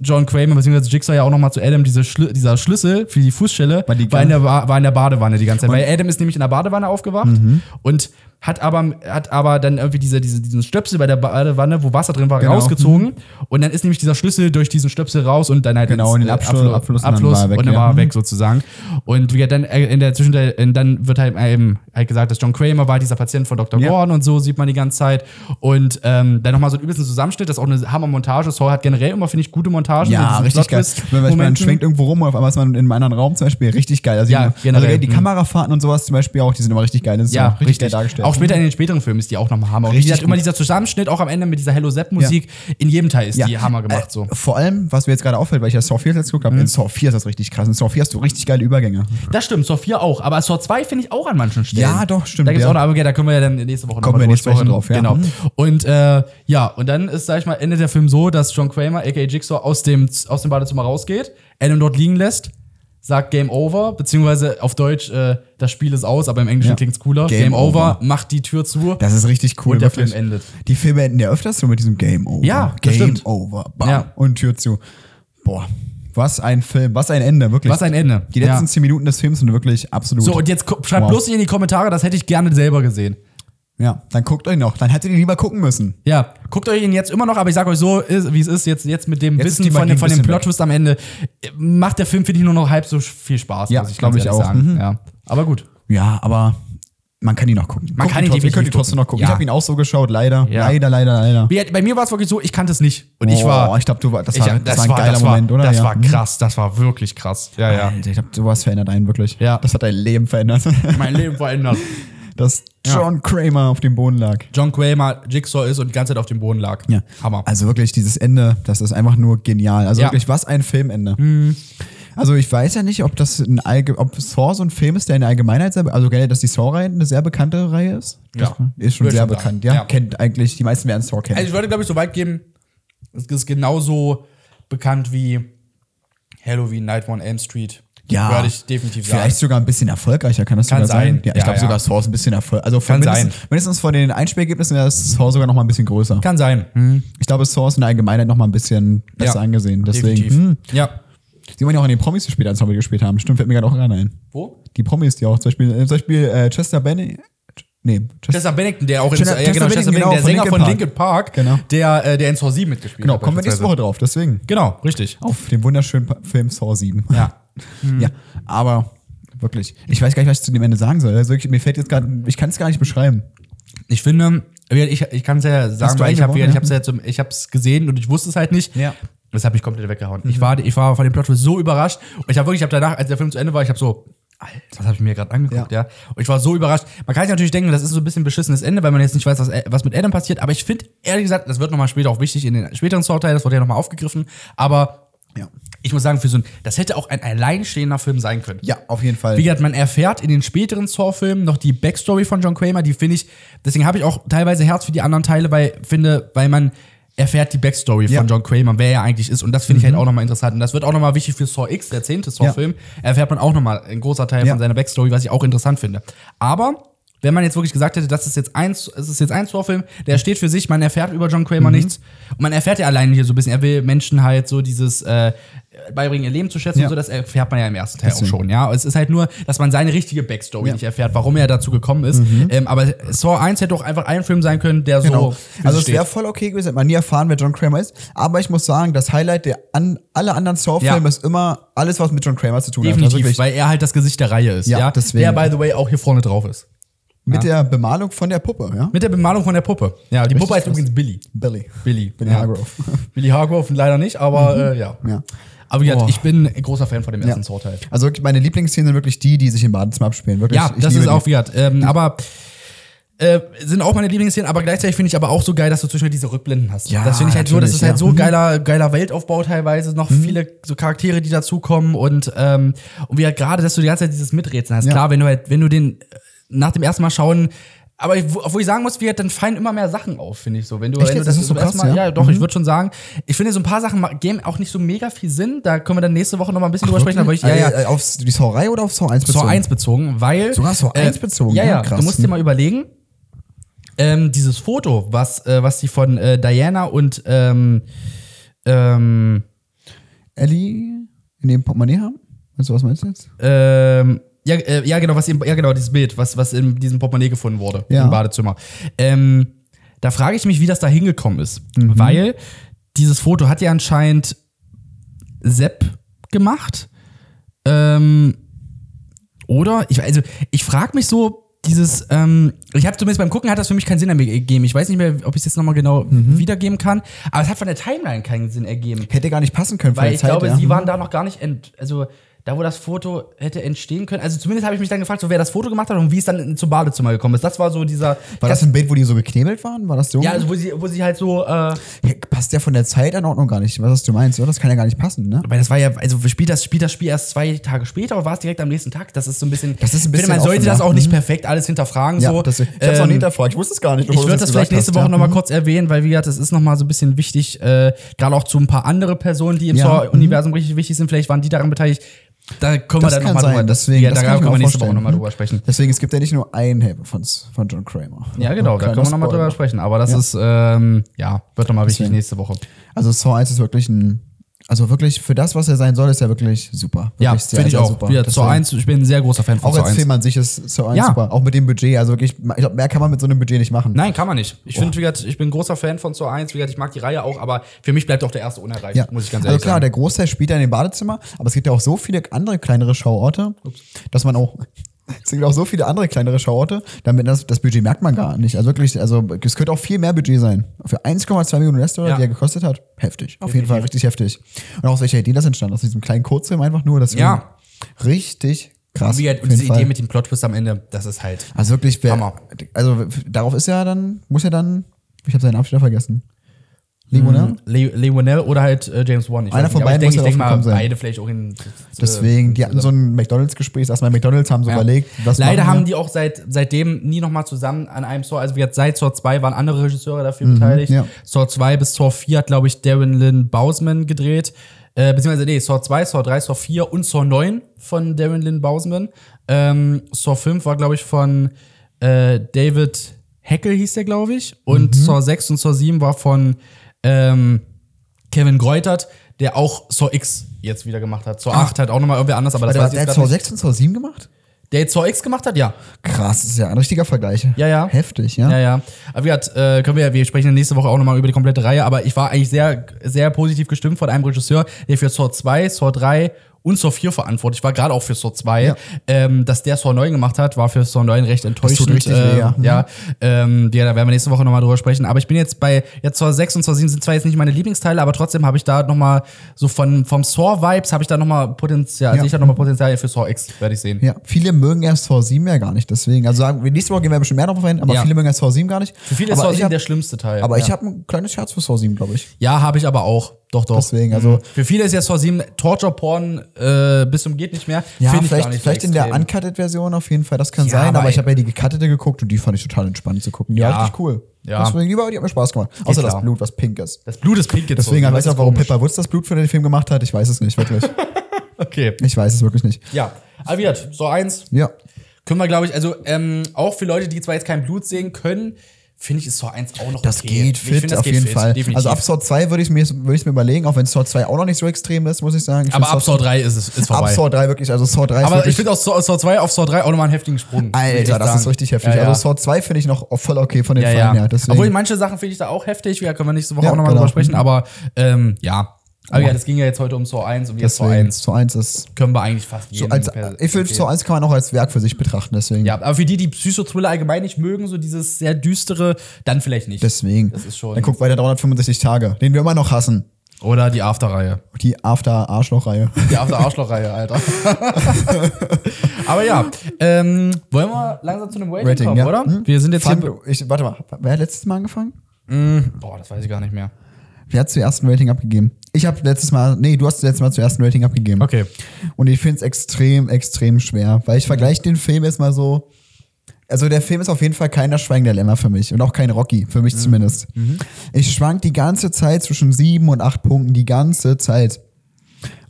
John Kramer bzw. Jigsaw ja auch nochmal zu Adam, diese Schlü- dieser Schlüssel für die Fußschelle war, War die in der, Wa- war in der Badewanne die ganze Zeit. Weil Adam ist nämlich in der Badewanne aufgewacht Mhm. und hat aber, hat aber dann irgendwie diese, diese, diesen Stöpsel bei der Badewanne, wo Wasser drin war, Genau. rausgezogen. Und dann ist nämlich dieser Schlüssel durch diesen Stöpsel raus und dann halt Genau, in den äh, Abschluss- Abflu- Abfluss Abfluss, und dann war er weg, und dann ja. war er weg sozusagen. Und wie gesagt, dann äh, in der Zwischenzeit, äh, dann wird halt, ähm, halt gesagt, dass John Kramer war dieser Patient von Dr. Ja. Gordon und so sieht man die ganze Zeit. Und ähm, dann nochmal so ein übelsten Zusammenschnitt, das ist auch eine Hammer-Montage. Saw hat generell immer, finde ich, gute Montagen. Ja, mit diesen richtig geil. Also Plot-Twist- Wenn man, man Momenten. schwenkt irgendwo rum und auf einmal ist man in einem anderen Raum zum Beispiel richtig geil. Also Ja, generell, also die mhm. Kamerafahrten und sowas zum Beispiel auch, die sind immer richtig geil. Das ist Ja, auch richtig, geil dargestellt. Auch später in den späteren Filmen ist die auch nochmal Hammer. Und wie Richtig gesagt, immer gut. dieser Zusammenschnitt, auch am Ende mit dieser Hello Sepp-Musik, in jedem Teil ist die Hammer gemacht. Äh, So. Mhm. Vor allem, was mir jetzt gerade auffällt, weil ich ja Saw 4 jetzt geguckt habe, in Saw 4 ist das richtig krass. In Saw 4 hast du richtig geile Übergänge. Das stimmt, Saw 4 auch. Aber Saw 2 finde ich auch an manchen Stellen. Ja, doch, stimmt, Da gibt's ja. auch noch, aber okay, da können wir ja dann nächste Woche Kommen wir drüber nächste Woche sprechen. drauf, ja. Genau. Mhm. Und äh, ja, und dann ist, sag ich mal, endet der Film so, dass John Kramer, aka Jigsaw, aus dem, aus dem Badezimmer rausgeht, Adam dort liegen lässt, sagt Game Over, beziehungsweise auf Deutsch, äh, das Spiel ist aus, aber im Englischen Ja. klingt's cooler. Game, Game over, over. macht die Tür zu. Das ist richtig cool. Und der wirklich. Film endet. Die Filme enden ja öfters so mit diesem Game Over. Ja, das Game stimmt. Over. Bam. Ja. Und Tür zu. Boah, was ein Film, was ein Ende, wirklich. Was ein Ende. Die letzten Ja. zehn Minuten des Films sind wirklich absolut. So, und jetzt ko- schreibt Wow. bloß nicht in die Kommentare, das hätte ich gerne selber gesehen. ja, dann guckt euch noch. Dann hättet ihr lieber gucken müssen. Ja, guckt euch ihn jetzt immer noch, aber ich sag euch so, ist, wie es ist, jetzt, jetzt mit dem Jetzt ist Wissen die von, Magie dem- von ein dem bisschen Plot-Twist am Ende, äh, macht der Film, finde ich, nur noch halb so viel Spaß, Ja, muss ich glaub ganz ich ehrlich auch. sagen. Mhm. Ja. Aber gut. Ja, aber man kann ihn noch gucken. Man Gucken kann ihn trotzdem, definitiv könnt ihr gucken. trotzdem noch gucken. Ja. Ich habe ihn auch so geschaut, leider. Ja. Leider, leider, leider. Wie- Bei mir war es wirklich so, ich kannte es nicht. Und ich Oh, war. ich glaube, du war, das, ich- war, das, war ein geiler das Moment, oder? Das Ja. Mhm. war krass, das war wirklich krass. Ja, ja. Alter, ich glaube, sowas verändert einen wirklich. Ja. Das hat dein Leben verändert. mein Leben verändert. Dass John Kramer auf dem Boden lag. John Kramer Jigsaw ist und die ganze Zeit auf dem Boden lag. Ja. Hammer. Also wirklich, dieses Ende, das ist einfach nur genial. Also Ja. Mhm. wirklich, was ein Filmende. Also ich weiß ja nicht, ob das ein Allge ob Saw so ein Film ist, der in der Allgemeinheit sehr, be- also generell, dass die Saw-Reihe eine sehr bekannte Reihe ist. Ja. Das ist schon Würde sehr schon sagen. bekannt, ja. Ja. Kennt eigentlich, die meisten werden Saw kennen. Also ich würde, glaube ich, so weit geben, es ist genauso bekannt wie Halloween, Night on Elm Street. Ja. Würde ich definitiv sagen. Vielleicht sogar ein bisschen erfolgreicher, kann das Kann sogar sein? sein. Ja, ich Ja, glaube ja. sogar Saw ist ein bisschen erfolgreich. Also Kann mindestens, mindestens von den Einspielergebnissen her ist Saw sogar noch mal ein bisschen größer. Kann sein. Ich glaube, Saw ist in der Allgemeinheit noch mal ein bisschen besser Ja. angesehen. Deswegen, Definitiv. hm. Ja. Die waren ja auch an den Promis gespielt, als wir gespielt haben. Stimmt, fällt mir gerade auch gerade ein. Wo? Die Promis, die auch zum Beispiel, äh, zum Beispiel äh, Chester Benny. Nee, Chester. Chester Bennington, der auch in Chester- Chester Bennington, genau, der von Sänger Linkin von Park. Linkin Park, Genau. der, äh, der in Saw 7 mitgespielt Genau, hat. kommen wir nächste Woche beispielsweise. drauf, deswegen. Genau, richtig. Auf den wunderschönen Pa- Film Saw 7. Ja. Hm. ja, aber wirklich. Ich weiß gar nicht, was ich zu dem Ende sagen soll. Also wirklich, mir fällt jetzt gerade, ich kann es gar nicht beschreiben. Ich finde, ich, ich kann es ja sagen, du weil ich habe eingebaut, ich ja? hab's ja zum, ich hab's gesehen und ich wusste es halt nicht. Ja. Mhm. Das hat mich komplett weggehauen. Ich, war, ich war von dem Plot Twist so überrascht und ich habe wirklich, ich habe danach, als der Film zu Ende war, ich habe so, Alter, das habe ich mir gerade angeguckt, ja. Ja. Und ich war so überrascht. Man kann sich natürlich denken, das ist so ein bisschen ein beschissenes Ende, weil man jetzt nicht weiß, was, was mit Adam passiert. Aber ich finde, ehrlich gesagt, das wird nochmal später auch wichtig in den späteren Sortteil, das wurde ja nochmal aufgegriffen. Aber Ja. ich muss sagen, für so ein, das hätte auch ein alleinstehender Film sein können. Ja, auf jeden Fall. Wie gesagt, man erfährt in den späteren Saw-Filmen noch die Backstory von John Kramer, die finde ich, deswegen habe ich auch teilweise Herz für die anderen Teile, weil finde, weil man erfährt die Backstory Ja. Mhm. von John Kramer, wer er eigentlich ist und das finde ich halt auch nochmal interessant und das wird auch nochmal wichtig für Saw X, der zehnte Saw-Film, erfährt man auch nochmal ein großer Teil Ja. von seiner Backstory, was ich auch interessant finde. Aber wenn man jetzt wirklich gesagt hätte, das ist jetzt ein, es ist jetzt ein Saw-Film, der steht für sich, man erfährt über John Mhm. Kramer nichts und man erfährt ja alleine hier so ein bisschen, er will Menschen halt so dieses äh, beibringen, ihr Leben zu schätzen und Ja. so, das erfährt man ja im ersten Teil auch Deswegen. schon. Ja, es ist halt nur, dass man seine richtige Backstory nicht erfährt, warum er dazu gekommen ist. Ähm, aber Saw 1 hätte auch einfach ein Film sein können, der Mhm. so. Genau. für also sich es wäre voll okay gewesen, hätte man nie erfahren, wer John Kramer ist. Aber ich muss sagen, das Highlight der an, aller anderen Saw-Filme Ja. ist immer alles, was mit John Kramer zu tun hat. Also definitiv, wirklich. weil er halt das Gesicht der Reihe ist. Ja, Ja, deswegen. Der, by the way, auch hier vorne drauf ist. Mit der Bemalung von der Puppe, ja? Mit der Bemalung von der Puppe. Ja, die Puppe heißt krass. übrigens Billy. Billy. Billy. Billy ja. Hargrove. Mhm. Billy Hargrove leider nicht, aber äh, ja. Ja. Aber wie gesagt, Boah. ich bin ein großer Fan von dem ersten Saw-Teil. Also wirklich, meine Lieblingsszenen sind wirklich die, die sich im Badezimmer abspielen. Wirklich, Ja, ich das liebe ist die. auch wie gesagt. Ähm, Aber äh, sind auch meine Lieblingsszenen, aber gleichzeitig finde ich aber auch so geil, dass du zwischendurch diese Rückblenden hast. Ja, das finde ich halt so, das ist natürlich, halt ja. Mhm. so geiler, geiler Weltaufbau teilweise, noch viele so Charaktere, die dazukommen und, ähm, und wie halt gerade, dass du die ganze Zeit dieses Miträtseln hast. Ja. Klar, wenn du halt, wenn du den äh, nach dem ersten Mal schauen, aber ich, wo, obwohl ich sagen muss, wie halt, dann fallen immer mehr Sachen auf, finde ich so. Wenn du, Echt wenn du jetzt? Ist das so zum ersten krass, Mal, ja? Mhm. doch, ich würde schon sagen, ich finde so ein paar Sachen ma- geben auch nicht so mega viel Sinn. Da können wir dann nächste Woche noch mal ein bisschen drüber sprechen, aber ich, ja, ja. Äh, äh, Auf die Saw-Reihe oder auf Saw 1 Saw 1 bezogen, weil. äh, Sogar Saw 1 bezogen, Ja, ja, ja, krass. du musst dir mal überlegen, ähm, dieses Foto, was, äh, was die von äh, Diana und ähm, ähm, Ellie in dem Portemonnaie haben? Weißt du, was meinst du jetzt? ähm, ja, äh, ja, genau, was im, ja, genau, dieses Bild, was, was in diesem Portemonnaie gefunden wurde, Ja. im Badezimmer. Ähm, da frage ich mich, wie das da hingekommen ist. Weil dieses Foto hat ja anscheinend Sepp gemacht. Ähm, oder? Ich, also, ich frage mich so, dieses, ähm, ich habe zumindest beim Gucken hat das für mich keinen Sinn mehr ergeben. Ich weiß nicht mehr, ob ich es jetzt nochmal genau wiedergeben kann, aber es hat von der Timeline keinen Sinn ergeben. Hätte gar nicht passen können von Weil der ich Zeit, glaube, ja. Mhm. sie waren da noch gar nicht, ent also da, wo das Foto hätte entstehen können. Also zumindest habe ich mich dann gefragt, so, wer das Foto gemacht hat und wie es dann in- zum Badezimmer gekommen ist. Das war so dieser. War das ein Bild, wo die so geknebelt waren? War das so? ja, also wo sie, wo sie halt so. Äh, Hey, passt ja von der Zeitanordnung gar nicht. Was hast du meinst, oder? Das kann ja gar nicht passen, ne? weil das war ja, also spielt das, spielt das Spiel erst zwei Tage später oder war es direkt am nächsten Tag? Das ist so ein bisschen. Das ist ein Ich finde, man bisschen sollte offen, das ja. Mhm. auch nicht perfekt alles hinterfragen. so. das, ich hab's auch Ähm, nie hinterfragt. Ich wusste es gar nicht. Ich würde das vielleicht nächste Woche ja. nochmal kurz erwähnen, weil wie gesagt, das ist nochmal so ein bisschen wichtig, äh, gerade auch zu ein paar andere Personen, die im Ja, Mhm. Saw-Universum richtig wichtig sind. Vielleicht waren die daran beteiligt. Da können Das wir dann kann nochmal sein, drüber. deswegen, ja, das da kann ich mir können wir auch nächste Woche vorstellen, nochmal hm? drüber sprechen. Deswegen, es gibt ja nicht nur einen Helfer von, von John Kramer. Ja, genau, da können wir Kleiner nochmal Mhm. Spoiler. drüber sprechen. Aber das ist, ähm, ja, wird nochmal wichtig Deswegen. nächste Woche. Also Saw 1 ist wirklich ein, also wirklich für das, was er sein soll, ist er wirklich super. Wirklich Ja, sehr, finde ich sehr auch. super. Wieder Das Saw war- 1, ich bin ein sehr großer Fan von Auch Saw als 1. Film an sich ist Saw 1 Ja. super. Auch mit dem Budget. Also wirklich, ich glaube, mehr kann man mit so einem Budget nicht machen. Nein, kann man nicht. Ich finde, wie gesagt, ich bin großer Fan von Saw 1. Wie gesagt, ich mag die Reihe auch, aber für mich bleibt auch der erste unerreicht, Ja. muss ich ganz ehrlich also klar, sagen. der Großteil spielt ja in dem Badezimmer, aber es gibt ja auch so viele andere kleinere Schauorte, dass man auch. Es gibt auch so viele andere kleinere Schauorte, damit das, das Budget merkt man gar nicht. Also wirklich, also es könnte auch viel mehr Budget sein. Für 1,2 Millionen US-Dollar, Ja. die er gekostet hat, heftig. Auf jeden Fall richtig heftig. Und aus welcher Idee das entstand? Aus diesem kleinen Kurzfilm einfach nur. Deswegen Ja. Richtig krass. Und wie gesagt, auf und diese jeden Fall. Idee mit dem Plot-Twist am Ende, das ist halt. Also wirklich, wer, Hammer. also darauf ist ja dann, muss ja dann, ich habe seinen Namen schon wieder vergessen. mm, Limonade? Le Leonel oder halt äh, James Wan. Ich Einer weiß von nicht, aber beiden ich denke, muss ich denk ja drauf mal, gekommen sein. beide vielleicht auch in. Ähm, Deswegen, die hatten so ein McDonalds-Gespräch, erstmal McDonalds haben so überlegt, was also Leider machen wir? haben die auch seit, seitdem nie nochmal zusammen an einem Saw, also wie gesagt, seit Saw 2 waren andere Regisseure dafür beteiligt. Mhm, ja. Saw 2 bis Saw 4 hat, glaube ich, Darren Lynn Bousman gedreht. Äh, beziehungsweise, nee, Saw 2, Saw 3, Saw 4 und Saw 9 von Darren Lynn Bousman. Ähm, Saw 5 war, glaube ich, von äh, David Heckel hieß der, glaube ich. Und Mhm. Saw 6 und Saw 7 war von ähm, Kevin Greutert, der auch Saw X jetzt wieder gemacht hat. Saw 8 hat auch nochmal irgendwer anders, aber das Warte, weiß was, ich der jetzt hat grad Saw nicht. 6 und Saw 7 gemacht? Der jetzt Saw X gemacht hat, ja. Krass, das ist ja ein richtiger Vergleich. Ja, ja. Heftig, ja. Ja, ja. Aber wie gesagt, äh, können wir, wir sprechen nächste Woche auch nochmal über die komplette Reihe, aber ich war eigentlich sehr, sehr positiv gestimmt von einem Regisseur, der für Saw 2, Saw 3 und Saw 4 verantwortlich war, gerade auch für Saw 2. Ja. Ähm, dass der Saw 9 gemacht hat, war für Saw 9 recht enttäuschend. richtig äh, weh, ja. Mhm. Ja, ähm, ja, da werden wir nächste Woche nochmal drüber sprechen. Aber ich bin jetzt bei, ja, Saw 6 und Saw 7 sind zwar jetzt nicht meine Lieblingsteile, aber trotzdem habe ich da nochmal so von, vom Saw-Vibes habe ich da nochmal Potenzial, Ja. sehe ich da nochmal Potenzial für Saw X, werde ich sehen. Ja, viele mögen erst Saw 7 ja gar nicht, deswegen. Also sagen wir, nächste Woche gehen wir bestimmt mehr drauf ein, aber Ja. viele mögen erst Saw 7 gar nicht. Für viele ist aber Saw ich 7 hab, der schlimmste Teil. Aber ja. ich habe ein kleines Herz für Saw 7, glaube ich. Ja, habe ich aber auch. Doch, doch. Deswegen, also- Für viele ist ja Saw 7 Torture-Porn äh, bis zum geht nicht mehr. Ja, Find ich vielleicht, gar nicht so vielleicht in der extrem. Uncutted-Version auf jeden Fall, das kann Ja, sein, aber aber ich ey. habe ja die gecuttete geguckt und die fand ich total entspannt zu gucken. Die Ja. war richtig cool. Ja. Deswegen, die, war, die hat mir Spaß gemacht. Außer klar. das Blut, was pink ist. Das Blut ist pink jetzt. Deswegen, so. ich Das weiß ist auch, warum komisch. Pepper Woods das Blut für den Film gemacht hat. Ich weiß es nicht, wirklich. Okay. ich weiß es wirklich nicht. Ja. Aber wieder, Saw 1 Ja. können wir, glaube ich, also ähm, auch für Leute, die zwar jetzt kein Blut sehen können, finde ich, ist Saw 1 auch noch Das okay. geht Ich fit, find, das auf geht jeden fit, Fall. Definitiv. Also ab Saw 2 würde ich mir würde ich mir überlegen, auch wenn Saw 2 auch noch nicht so extrem ist, muss ich sagen. Ich aber find ab Saw 3 ist es ist ab vorbei. Saw 3 wirklich, also Saw aber ich 3 ist wirklich, finde aus Saw, Saw 2 auf Saw 3 auch nochmal einen heftigen Sprung. muss ich Alter, echt das sagen. ist richtig heftig. Ja, ja. Also Saw 2 finde ich noch voll okay von den Ja, Fallen ja. her. Deswegen. Obwohl, manche Sachen finde ich da auch heftig. Ja, können wir nächste Woche Ja, auch nochmal genau. drüber sprechen. Aber ähm, ja, Aber ja, das ging ja jetzt heute um Saw 1 und wir Saw Deswegen, 1. Saw 1 ist. Können wir eigentlich fast So jeden als, per- ich finde, empfehlen. Saw 1 kann man auch als Werk für sich betrachten, deswegen. Ja, aber für die, die Psychothriller allgemein nicht mögen, so dieses sehr düstere, dann vielleicht nicht. Deswegen. Das ist schon- Dann guckt weiter 365 Tage, den wir immer noch hassen. Oder die After-Reihe. Die After-Arschloch-Reihe. Die After-Arschloch-Reihe, Alter. aber ja, ähm, wollen wir langsam zu einem Rating, Rating, kommen, ja. genau, oder? Hm? Wir sind jetzt Fun, hier. ich, Warte mal, wer hat letztes Mal angefangen? Boah, das weiß ich gar nicht mehr. Wer hat zuerst ein Rating abgegeben? Ich habe letztes Mal, nee, du hast letztes Mal zuerst ein Rating abgegeben. Okay. Und ich finde es extrem, extrem schwer, weil ich vergleiche den Film jetzt mal so. Also der Film ist auf jeden Fall kein Das Schweigen der Lämmer für mich und auch kein Rocky, für mich zumindest. Ich schwank die ganze Zeit zwischen sieben und acht Punkten, die ganze Zeit.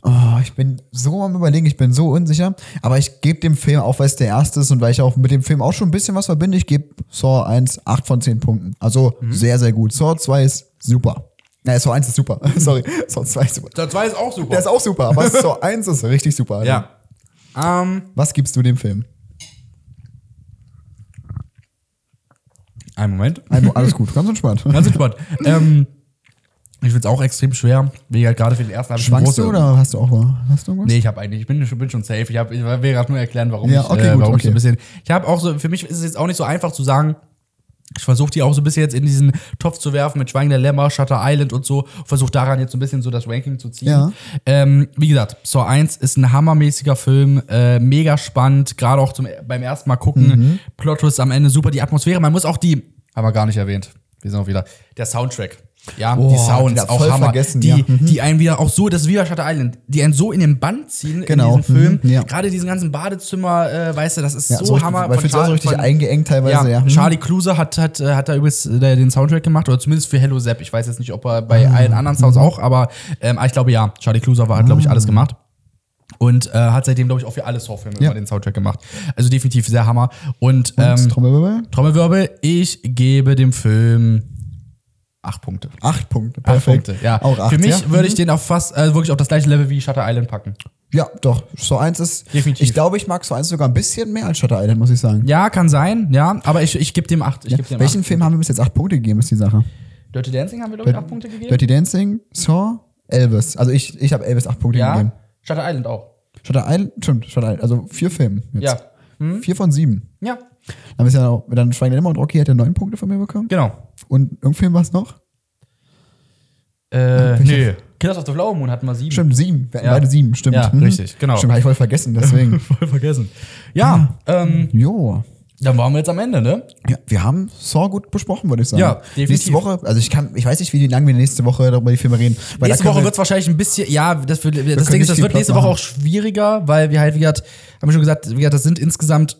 Oh, ich bin so am überlegen, ich bin so unsicher. Aber ich gebe dem Film, auch weil es der erste ist und weil ich auch mit dem Film auch schon ein bisschen was verbinde, ich gebe Saw 1 8 von 10 Punkten. Also sehr, sehr gut. Saw 2 ist super. Naja, Saw 1 ist super. Sorry, Saw 2 ist super. Das war jetzt auch super. Der ist auch super, aber Saw 1 ist richtig super. ja. Ähm, Was gibst du dem Film? einen Moment. Ein- Alles gut, ganz entspannt. Ganz entspannt. ähm, ich find's auch extrem schwer. Wie halt gerade für den ersten habe ich eine Schwankst du große- oder hast du auch hast du irgendwas? Nee, ich habe eigentlich, ich bin, schon- bin schon safe. Ich, hab, ich will gerade nur erklären, warum Ja, ich, okay, äh, gut, warum ich so okay. ein bisschen. Ich habe auch so, für mich ist es jetzt auch nicht so einfach zu sagen, ich versuche die auch so ein bisschen jetzt in diesen Topf zu werfen mit Schweigen der Lämmer, Shutter Island und so. Versuche daran jetzt so ein bisschen so das Ranking zu ziehen. Ja. Ähm, wie gesagt, Saw 1 ist ein hammermäßiger Film, äh, mega spannend, gerade auch zum, beim ersten Mal gucken. Mhm. Plot Twist am Ende super, die Atmosphäre. Man muss auch die, haben wir gar nicht erwähnt, wir sind auch wieder, der Soundtrack. Ja, die Sounds, wieder auch voll Hammer. vergessen, die, ja. Mhm. die einen wieder auch so, das ist wie bei Shutter Island, die einen so in den Bann ziehen Genau, in diesem Film. mhm, ja. Gerade diesen ganzen Badezimmer, äh, weißt du, das ist so, richtig- hammer. Weil von ich finde es auch so Char- richtig von- eingeengt teilweise, ja. ja, Hm. Charlie Kluse hat, hat, äh, hat da übrigens äh, den Soundtrack gemacht, oder zumindest für Hello Sepp. Ich weiß jetzt nicht, ob er bei Ah. allen anderen Sounds auch, aber ähm, ich glaube ja, Charlie Kluse war- hat, glaube ich, Ah. alles gemacht. Und äh, hat seitdem, glaube ich, auch für alle Saw-Filme Ja. immer den Soundtrack gemacht. Also definitiv sehr Hammer. Und, ähm, Trommelwirbel? Trommelwirbel, ich gebe dem Film acht Punkte. Acht Punkte. Acht Perfekt. Punkte, ja. Auch acht, Für mich ja. Mhm. Hm. würde ich den auf fast äh, wirklich auf das gleiche Level wie Shutter Island packen. Ja, doch. Saw 1 ist. Definitiv. Ich glaube, ich mag Saw 1 sogar ein bisschen mehr als Shutter Island, muss ich sagen. Ja, kann sein, ja, aber ich, ich gebe dem acht. Ich Ja. geb dem Welchen acht. Film haben wir bis jetzt acht Punkte gegeben, ist die Sache? Dirty Dancing haben wir, glaube ich, acht Punkte gegeben. Dirty Dancing, Saw, Elvis. Also ich, ich habe Elvis acht Punkte ja. gegeben. Shutter Island auch. Shutter Island, stimmt, Shutter Island. Also vier Filme jetzt. Ja. Hm? Vier von sieben. Ja. Dann ist ja auch, dann Schweigen der Lämmer und Rocky hat ja neun Punkte von mir bekommen. Genau. Und irgendein Film war es noch? Äh, Welcher- nö. Killers of the Flower Moon hatten wir sieben. Stimmt, sieben. Wir hatten Ja. beide sieben, stimmt. Mhm. Ja, richtig, genau. Stimmt, habe ich voll vergessen, deswegen. Voll vergessen. Mhm. Ja, ähm, jo. dann waren wir jetzt am Ende, ne? Ja, wir haben Saw gut besprochen, würde ich sagen. Ja, definitiv. Nächste Woche, also ich kann, ich weiß nicht, wie lange wir nächste Woche darüber die Filme reden. nächste Weil da können Woche wir- wird es wahrscheinlich ein bisschen, ja, das, wird, das können Ding nicht ist, das viel wird Platz nächste Woche machen. auch schwieriger, weil wir halt, wie gesagt, haben wir schon gesagt, wie gesagt, das sind insgesamt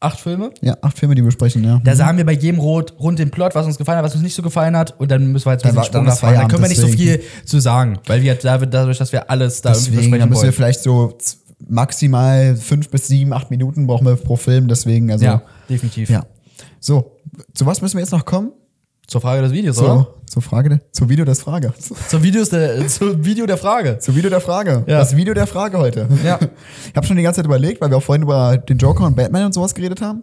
acht Filme. Ja, acht Filme, die wir besprechen, ja. Da sagen wir bei jedem Rot rund den Plot, was uns gefallen hat, was uns nicht so gefallen hat. Und dann müssen wir jetzt ein Dann bisschen war- dann Sprung das ist machen. Dann können wir nicht so viel Feierabend, zu sagen, weil wir da- dadurch, dass wir alles da irgendwie deswegen da besprechen müssen wir wollen. vielleicht so z- maximal fünf bis sieben, acht Minuten brauchen wir pro Film, deswegen, also. Ja, definitiv. ja. So, zu was müssen wir jetzt noch kommen? Zur Frage des Videos, oder? Zur, zur Frage, der- zur Video des Frage. Zum, Videos der, zum Video der Frage. Zu Video der Frage. Ja. Das Video der Frage heute. Ja. Ich habe schon die ganze Zeit überlegt, weil wir auch vorhin über den Joker und Batman und sowas geredet haben.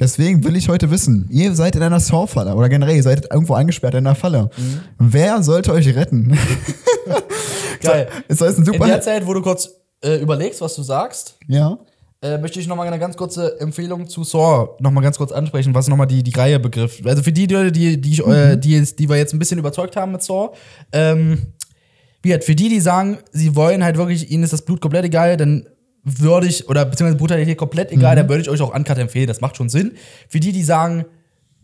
Deswegen will ich heute wissen, ihr seid in einer Saw-Falle oder generell, ihr seid irgendwo eingesperrt in einer Falle. Mhm. Wer sollte euch retten? Geil. Ist das ein In der super... Zeit, wo du kurz äh, überlegst, was du sagst, Ja. äh, möchte ich nochmal eine ganz kurze Empfehlung zu Saw nochmal ganz kurz ansprechen, was nochmal die, die Reihe begriff. Also für die Leute, die, die, ich, Mhm. äh, die, jetzt- die wir jetzt ein bisschen überzeugt haben mit Saw, ähm, wie gesagt, für die, die sagen, sie wollen halt wirklich, ihnen ist das Blut komplett egal, dann würde ich, oder beziehungsweise Brutalität komplett egal, Mhm. dann würde ich euch auch Uncut empfehlen, das macht schon Sinn. Für die, die sagen,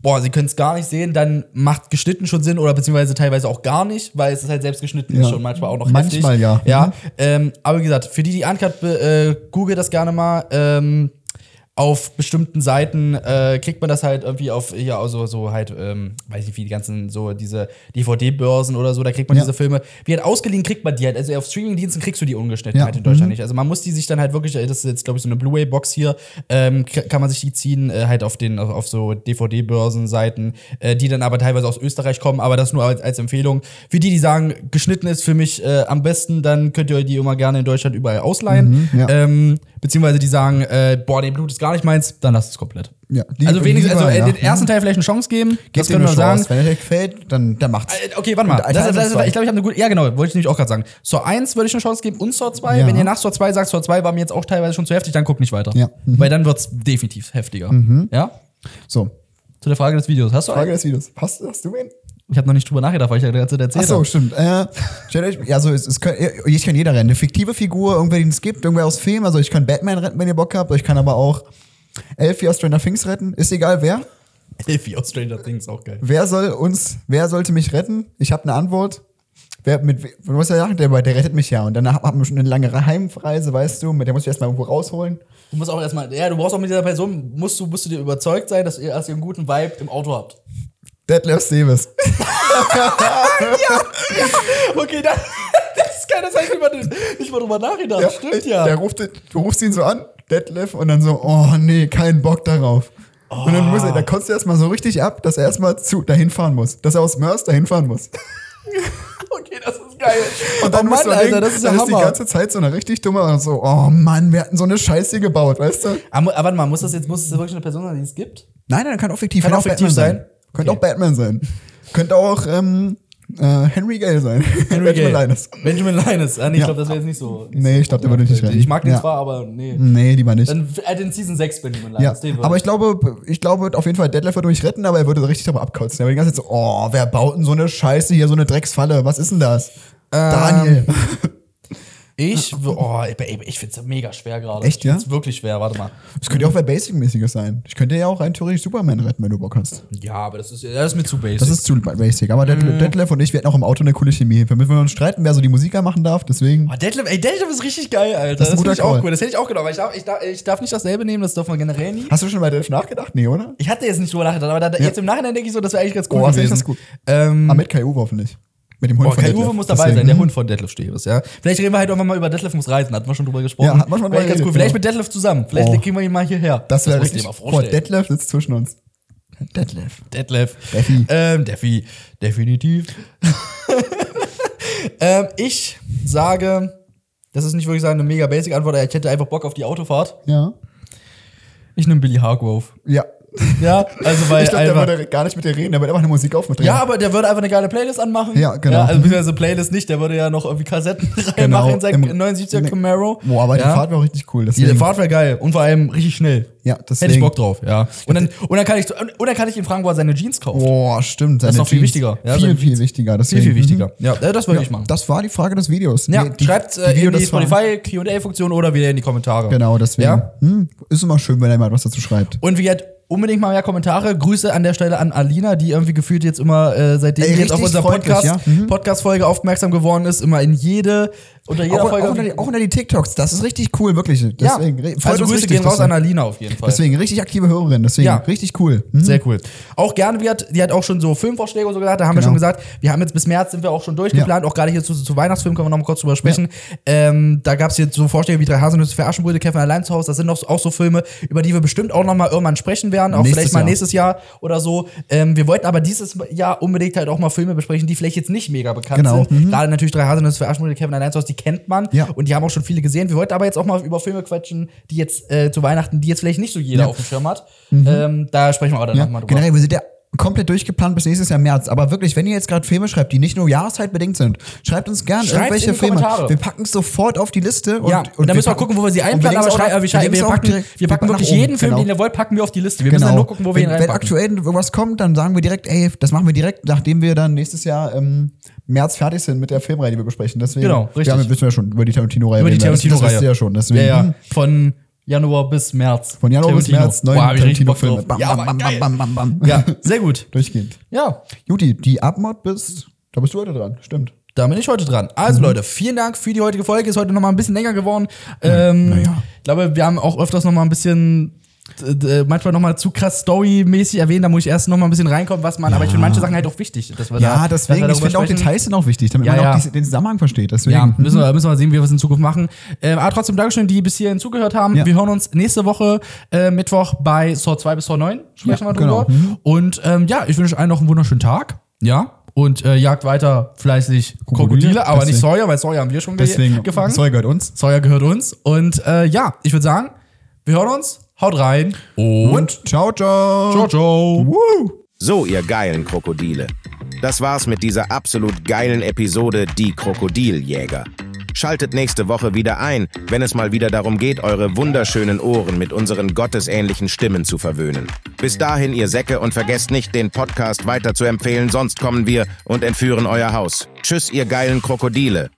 boah, sie können es gar nicht sehen, dann macht geschnitten schon Sinn oder beziehungsweise teilweise auch gar nicht, weil es ist halt selbst geschnitten ist Ja. schon manchmal auch noch Manchmal heftig. ja. Ja, Mhm. ähm, aber wie gesagt, für die, die Uncut, be- äh, google das gerne mal. Ähm, auf bestimmten Seiten äh, kriegt man das halt irgendwie auf, ja, also so halt, ähm, weiß nicht wie, die ganzen, so diese DVD-Börsen oder so, da kriegt man Ja. diese Filme. Wie halt ausgeliehen kriegt man die halt, also auf Streaming-Diensten kriegst du die ungeschnitten Ja. halt in Deutschland nicht. Also man muss die sich dann halt wirklich, das ist jetzt glaube ich so eine Blu-ray-Box hier, ähm, k- kann man sich die ziehen, äh, halt auf den, auf, auf so DVD-Börsen-Seiten, äh, die dann aber teilweise aus Österreich kommen, aber das nur als, als Empfehlung. Für die, die sagen, geschnitten ist für mich äh, am besten, dann könnt ihr die immer gerne in Deutschland überall ausleihen. Mhm, ja. ähm, beziehungsweise die sagen, äh, boah, nee, Blut ist gar nicht meins, dann lass es komplett. Ja, die- also wenigstens, lieber, also äh, ja. den ersten Teil vielleicht eine Chance geben, das können wir sagen. Wenn er dir gefällt, dann, dann macht's. Äh, Okay, warte mal. Und ein Das, Teil das, von das, zwei. ich glaube, ich habe eine gute. Ja, genau, wollte ich nämlich auch gerade sagen. Zur 1 würde ich eine Chance geben und zur 2. Ja. Wenn ihr nach zur 2 sagt, zur 2 war mir jetzt auch teilweise schon zu heftig, dann guckt nicht weiter. Ja. Mhm. Weil dann wird's definitiv heftiger. Ja? So. Zu der Frage des Videos. Hast du Frage einen? des Videos. Hast, hast du wen? Ich habe noch nicht drüber nachgedacht, weil ich ja gerade erzählt Achso, habe. stimmt. Äh, stellt euch, also es, es kann, ich kann jeder rennen. Eine fiktive Figur, irgendwer, den es gibt, irgendwer aus Film. Also ich kann Batman retten, wenn ihr Bock habt. Ich kann aber auch Elfie aus Stranger Things retten. Ist egal wer. Elfie aus Stranger Things, auch geil. Wer soll uns, wer sollte mich retten? Ich habe eine Antwort. Wer mit, du musst ja sagen, der, der rettet mich ja. Und danach haben wir schon eine lange Heimreise, weißt du, mit der muss ich erstmal irgendwo rausholen. Du musst auch erstmal, ja, du brauchst auch mit dieser Person, musst du, musst du dir überzeugt sein, dass ihr, dass ihr einen guten Vibe im Auto habt. Detlef Davis. Okay, das, das ist geil, das habe ich über den- nicht mal drüber nachgedacht. Stimmt ja. Der ruft, du rufst ihn so an, Detlef, und dann so, oh nee, kein Bock darauf. Und dann muss er, da kotzt er erstmal so richtig ab, dass er erstmal zu, dahin fahren muss. Dass er aus Mörs dahin fahren muss. Okay, das ist geil. Und dann oh muss Mann, man Alter, denken, das ist ja dann Hammer. ist die ganze Zeit so eine richtig dumme, so, oh Mann, wir hatten so eine Scheiße gebaut, weißt du? Aber, aber Ah, warte mal, muss das jetzt muss das wirklich eine Person sein, die es gibt? Nein, nein, kann auch fiktiv, Kann kann auch auch fiktiv Batman sein. sein? Könnte Okay. auch Batman sein. Könnte auch ähm, äh, Henry Gale sein. Henry Linus. Benjamin Linus. Ah, nee, ich Ja. glaube, das wäre jetzt nicht so. Nee, ich glaube, der würde nicht rennen. Ich mag den ja. zwar, aber nee. Nee, lieber nicht. Dann äh, den Season 6 Benjamin Linus. Ja, Den würd aber ich glaube, ich glaube auf jeden Fall, Detlef würde mich retten, aber er würde so richtig darüber abkotzen. Er würde die ganze Zeit so, oh, wer baut denn so eine Scheiße hier, so eine Drecksfalle? Was ist denn das? Ähm. Daniel. ich, w- oh, ich, ich, ich find's mega schwer gerade. Echt, Ich find's ja? wirklich schwer, warte mal. Das könnte ja auch wer Basic-mäßiges sein. Ich könnte ja auch rein theoretisch Superman retten, wenn du Bock hast. Ja, aber das ist, das ist mir zu basic. Das ist zu basic. Aber Det- Mhm. Detlef und ich, wir hätten auch im Auto eine coole Chemie. Wir müssen uns streiten, wer so die Musiker machen darf, deswegen. Oh, Detlef, ey, Detlef ist richtig geil, Alter. Das, ein guter finde ich auch Call. cool. Das hätte ich auch genommen. aber Ich darf, ich, darf, ich darf nicht dasselbe nehmen, das darf man generell nie. Hast du schon bei Detlef nachgedacht? Nee, oder? Ich hatte jetzt nicht drüber nachgedacht, aber da, jetzt im Nachhinein denke ich so, das wäre eigentlich ganz cool Oh, das ist gewesen. echt ganz gut. Ähm, Ah, mit Kai Uwe hoffentlich. Mit dem Hund Oh, von Kai Detlef. Uwe muss dabei Deswegen, sein, der hm. Hund von Detlef Steves, ja. Vielleicht reden wir halt irgendwann mal über Detlef muss reisen, hatten wir schon drüber gesprochen. Ja, hatten wir schon mal Vielleicht drüber ganz cool. geredet, Vielleicht genau. mit Detlef zusammen. Vielleicht Oh. kriegen wir ihn mal hierher. Das wäre musst du richtig. dir mal Boah, vorstellen. Detlef sitzt zwischen uns. Detlef. Detlef. Deffi. Ähm, Deffi. Definitiv. ähm, ich sage, das ist nicht wirklich sagen, eine mega basic Antwort, aber ich hätte einfach Bock auf die Autofahrt. Ja. Ich nehme Billy Hargrove. Ja. Ja, also weil ich glaube, der einfach. würde gar nicht mit dir reden, der würde einfach eine Musik aufmachen. Ja, aber der würde einfach eine geile Playlist anmachen. Ja, genau. also beziehungsweise Playlist nicht, der würde ja noch irgendwie Kassetten reinmachen in sein im- 79er ne- Camaro. Boah, aber ja. die Fahrt war auch richtig cool. Die, Deswegen. die Fahrt wäre geil und vor allem richtig schnell. Ja, Hätte ich deswegen. Bock drauf, ja. Und dann, und dann kann ich, und dann kann ich ihn fragen, wo er seine Jeans kauft. Boah, stimmt. Das ist noch viel wichtiger. Ja, viel, seine viel wichtiger. viel, Deswegen. viel wichtiger. Ja, äh, das würde ich Mhm. machen. Das war die Frage des Videos. ja, mhm. Nee, die- schreibt äh, in Video, die das war- Spotify Q&A-Funktion oder wieder in die Kommentare. Genau, deswegen. Ja? Hm, ist immer schön, wenn da jemand was dazu schreibt. Und wie gesagt, unbedingt mal mehr Kommentare. Grüße an der Stelle an Alina, die irgendwie gefühlt jetzt immer, äh, seitdem Ey, sie jetzt auf richtig unser freundlich, Podcast, ja. Mhm. Podcast-Folge aufmerksam geworden ist, immer in jede, unter jeder Auch, Folge. auch, unter die, auch unter die TikToks. Das ist richtig cool, wirklich. ja, Deswegen, re- freut also uns Grüße richtig, gehen raus deswegen. an Alina auf jeden Fall. Deswegen richtig aktive Hörerin. Deswegen Ja. richtig cool. Hm? Sehr cool. Auch gerne, die hat, die hat auch schon so Filmvorschläge und so gesagt, da haben wir Genau. schon gesagt, wir haben jetzt bis März sind wir auch schon durchgeplant, auch gerade hier zu, zu Weihnachtsfilmen können wir noch mal kurz drüber sprechen. Ähm, da gab es jetzt so Vorschläge wie Drei Haselnüsse für Aschenbrödel, Kevin allein zu Hause, das sind noch, auch so Filme, über die wir bestimmt auch noch mal irgendwann sprechen werden, auch Nächstes vielleicht mal Jahr. nächstes Jahr oder so. Ähm, wir wollten aber dieses Jahr unbedingt halt auch mal Filme besprechen, die vielleicht jetzt nicht mega bekannt Genau. sind. Gerade natürlich Drei Haselnüsse für Aschenbrödel, Kevin allein zu Hause, die kennt man Ja. und die haben auch schon viele gesehen. Wir wollten aber jetzt auch mal über Filme quatschen, die jetzt äh, zu Weihnachten, die jetzt vielleicht nicht so jeder Ja. Mhm. auf dem Schirm hat. Ähm, da sprechen wir auch dann Ja, genau. nochmal drüber. generell, wir sind ja komplett durchgeplant bis nächstes Jahr März. Aber wirklich, wenn ihr jetzt gerade Filme schreibt, die nicht nur jahreszeitbedingt sind, schreibt uns gerne Schreibt's irgendwelche in die Filme. Kommentare. Wir packen es sofort auf die Liste. ja, und, dann müssen wir gucken, wo wir sie einplanen, aber schrei- wir, schrei- wir packen, wir packen wirklich jeden Film, den ihr wollt, packen wir auf die Liste. Wir genau. müssen dann nur gucken, wo wir wenn, ihn Wenn reinpacken. aktuell irgendwas kommt, dann sagen wir direkt, ey, das machen wir direkt, nachdem wir dann nächstes Jahr im März fertig sind mit der Filmreihe, die wir besprechen. Deswegen, Genau, Wir richtig. haben, wissen wir schon über die Tarantino-Reihe. Über die reden. Das- Das Tarantino-Reihe. wisst ihr ja schon. Deswegen, ja, hm. ja, von Januar bis März. Von Januar bis März neun neun Tarantino-Filme. Ja, aber geil. bam, bam. ja, sehr gut. Durchgehend. Ja, Juti, die Abmod bist, da bist du heute dran, stimmt. da bin ich heute dran. Also Mhm. Leute, vielen Dank für die heutige Folge. Ist heute nochmal ein bisschen länger geworden. Ähm, naja. Ich glaube, wir haben auch öfters nochmal ein bisschen äh, äh, manchmal nochmal zu krass storymäßig erwähnt, da muss ich erst nochmal ein bisschen reinkommen, was man, aber ich finde manche Sachen halt auch wichtig, dass wir da, Ja, dass deswegen, wir ich darüber finde auch sprechen. Details sind auch wichtig, damit Ja, man ja. auch diese, den Zusammenhang versteht. Deswegen. Ja, müssen wir, müssen wir sehen, wie wir es in Zukunft machen. Ähm, aber trotzdem Dankeschön, die bis hierhin zugehört haben. Ja. Wir hören uns nächste Woche äh, Mittwoch bei Saw 2 bis Saw 9. Sprechen Ja, wir drüber. genau. Mhm. Und ähm, ja, ich wünsche allen noch einen wunderschönen Tag. Ja. und äh, jagt weiter fleißig Krokodile, Krokodile, aber nicht deswegen- Sawyer, weil Sawyer haben wir schon ge Deswegen, gefangen. Zoll gehört uns. Sawyer gehört uns. Und äh, ja, ich würde sagen, wir hören uns. Haut rein. Und Ciao, ciao. ciao, ciao. Woo. So, ihr geilen Krokodile. Das war's mit dieser absolut geilen Episode Die Krokodiljäger. Schaltet nächste Woche wieder ein, wenn es mal wieder darum geht, eure wunderschönen Ohren mit unseren gottesähnlichen Stimmen zu verwöhnen. Bis dahin, ihr Säcke, und vergesst nicht, den Podcast weiter zu empfehlen, sonst kommen wir und entführen euer Haus. Tschüss, ihr geilen Krokodile.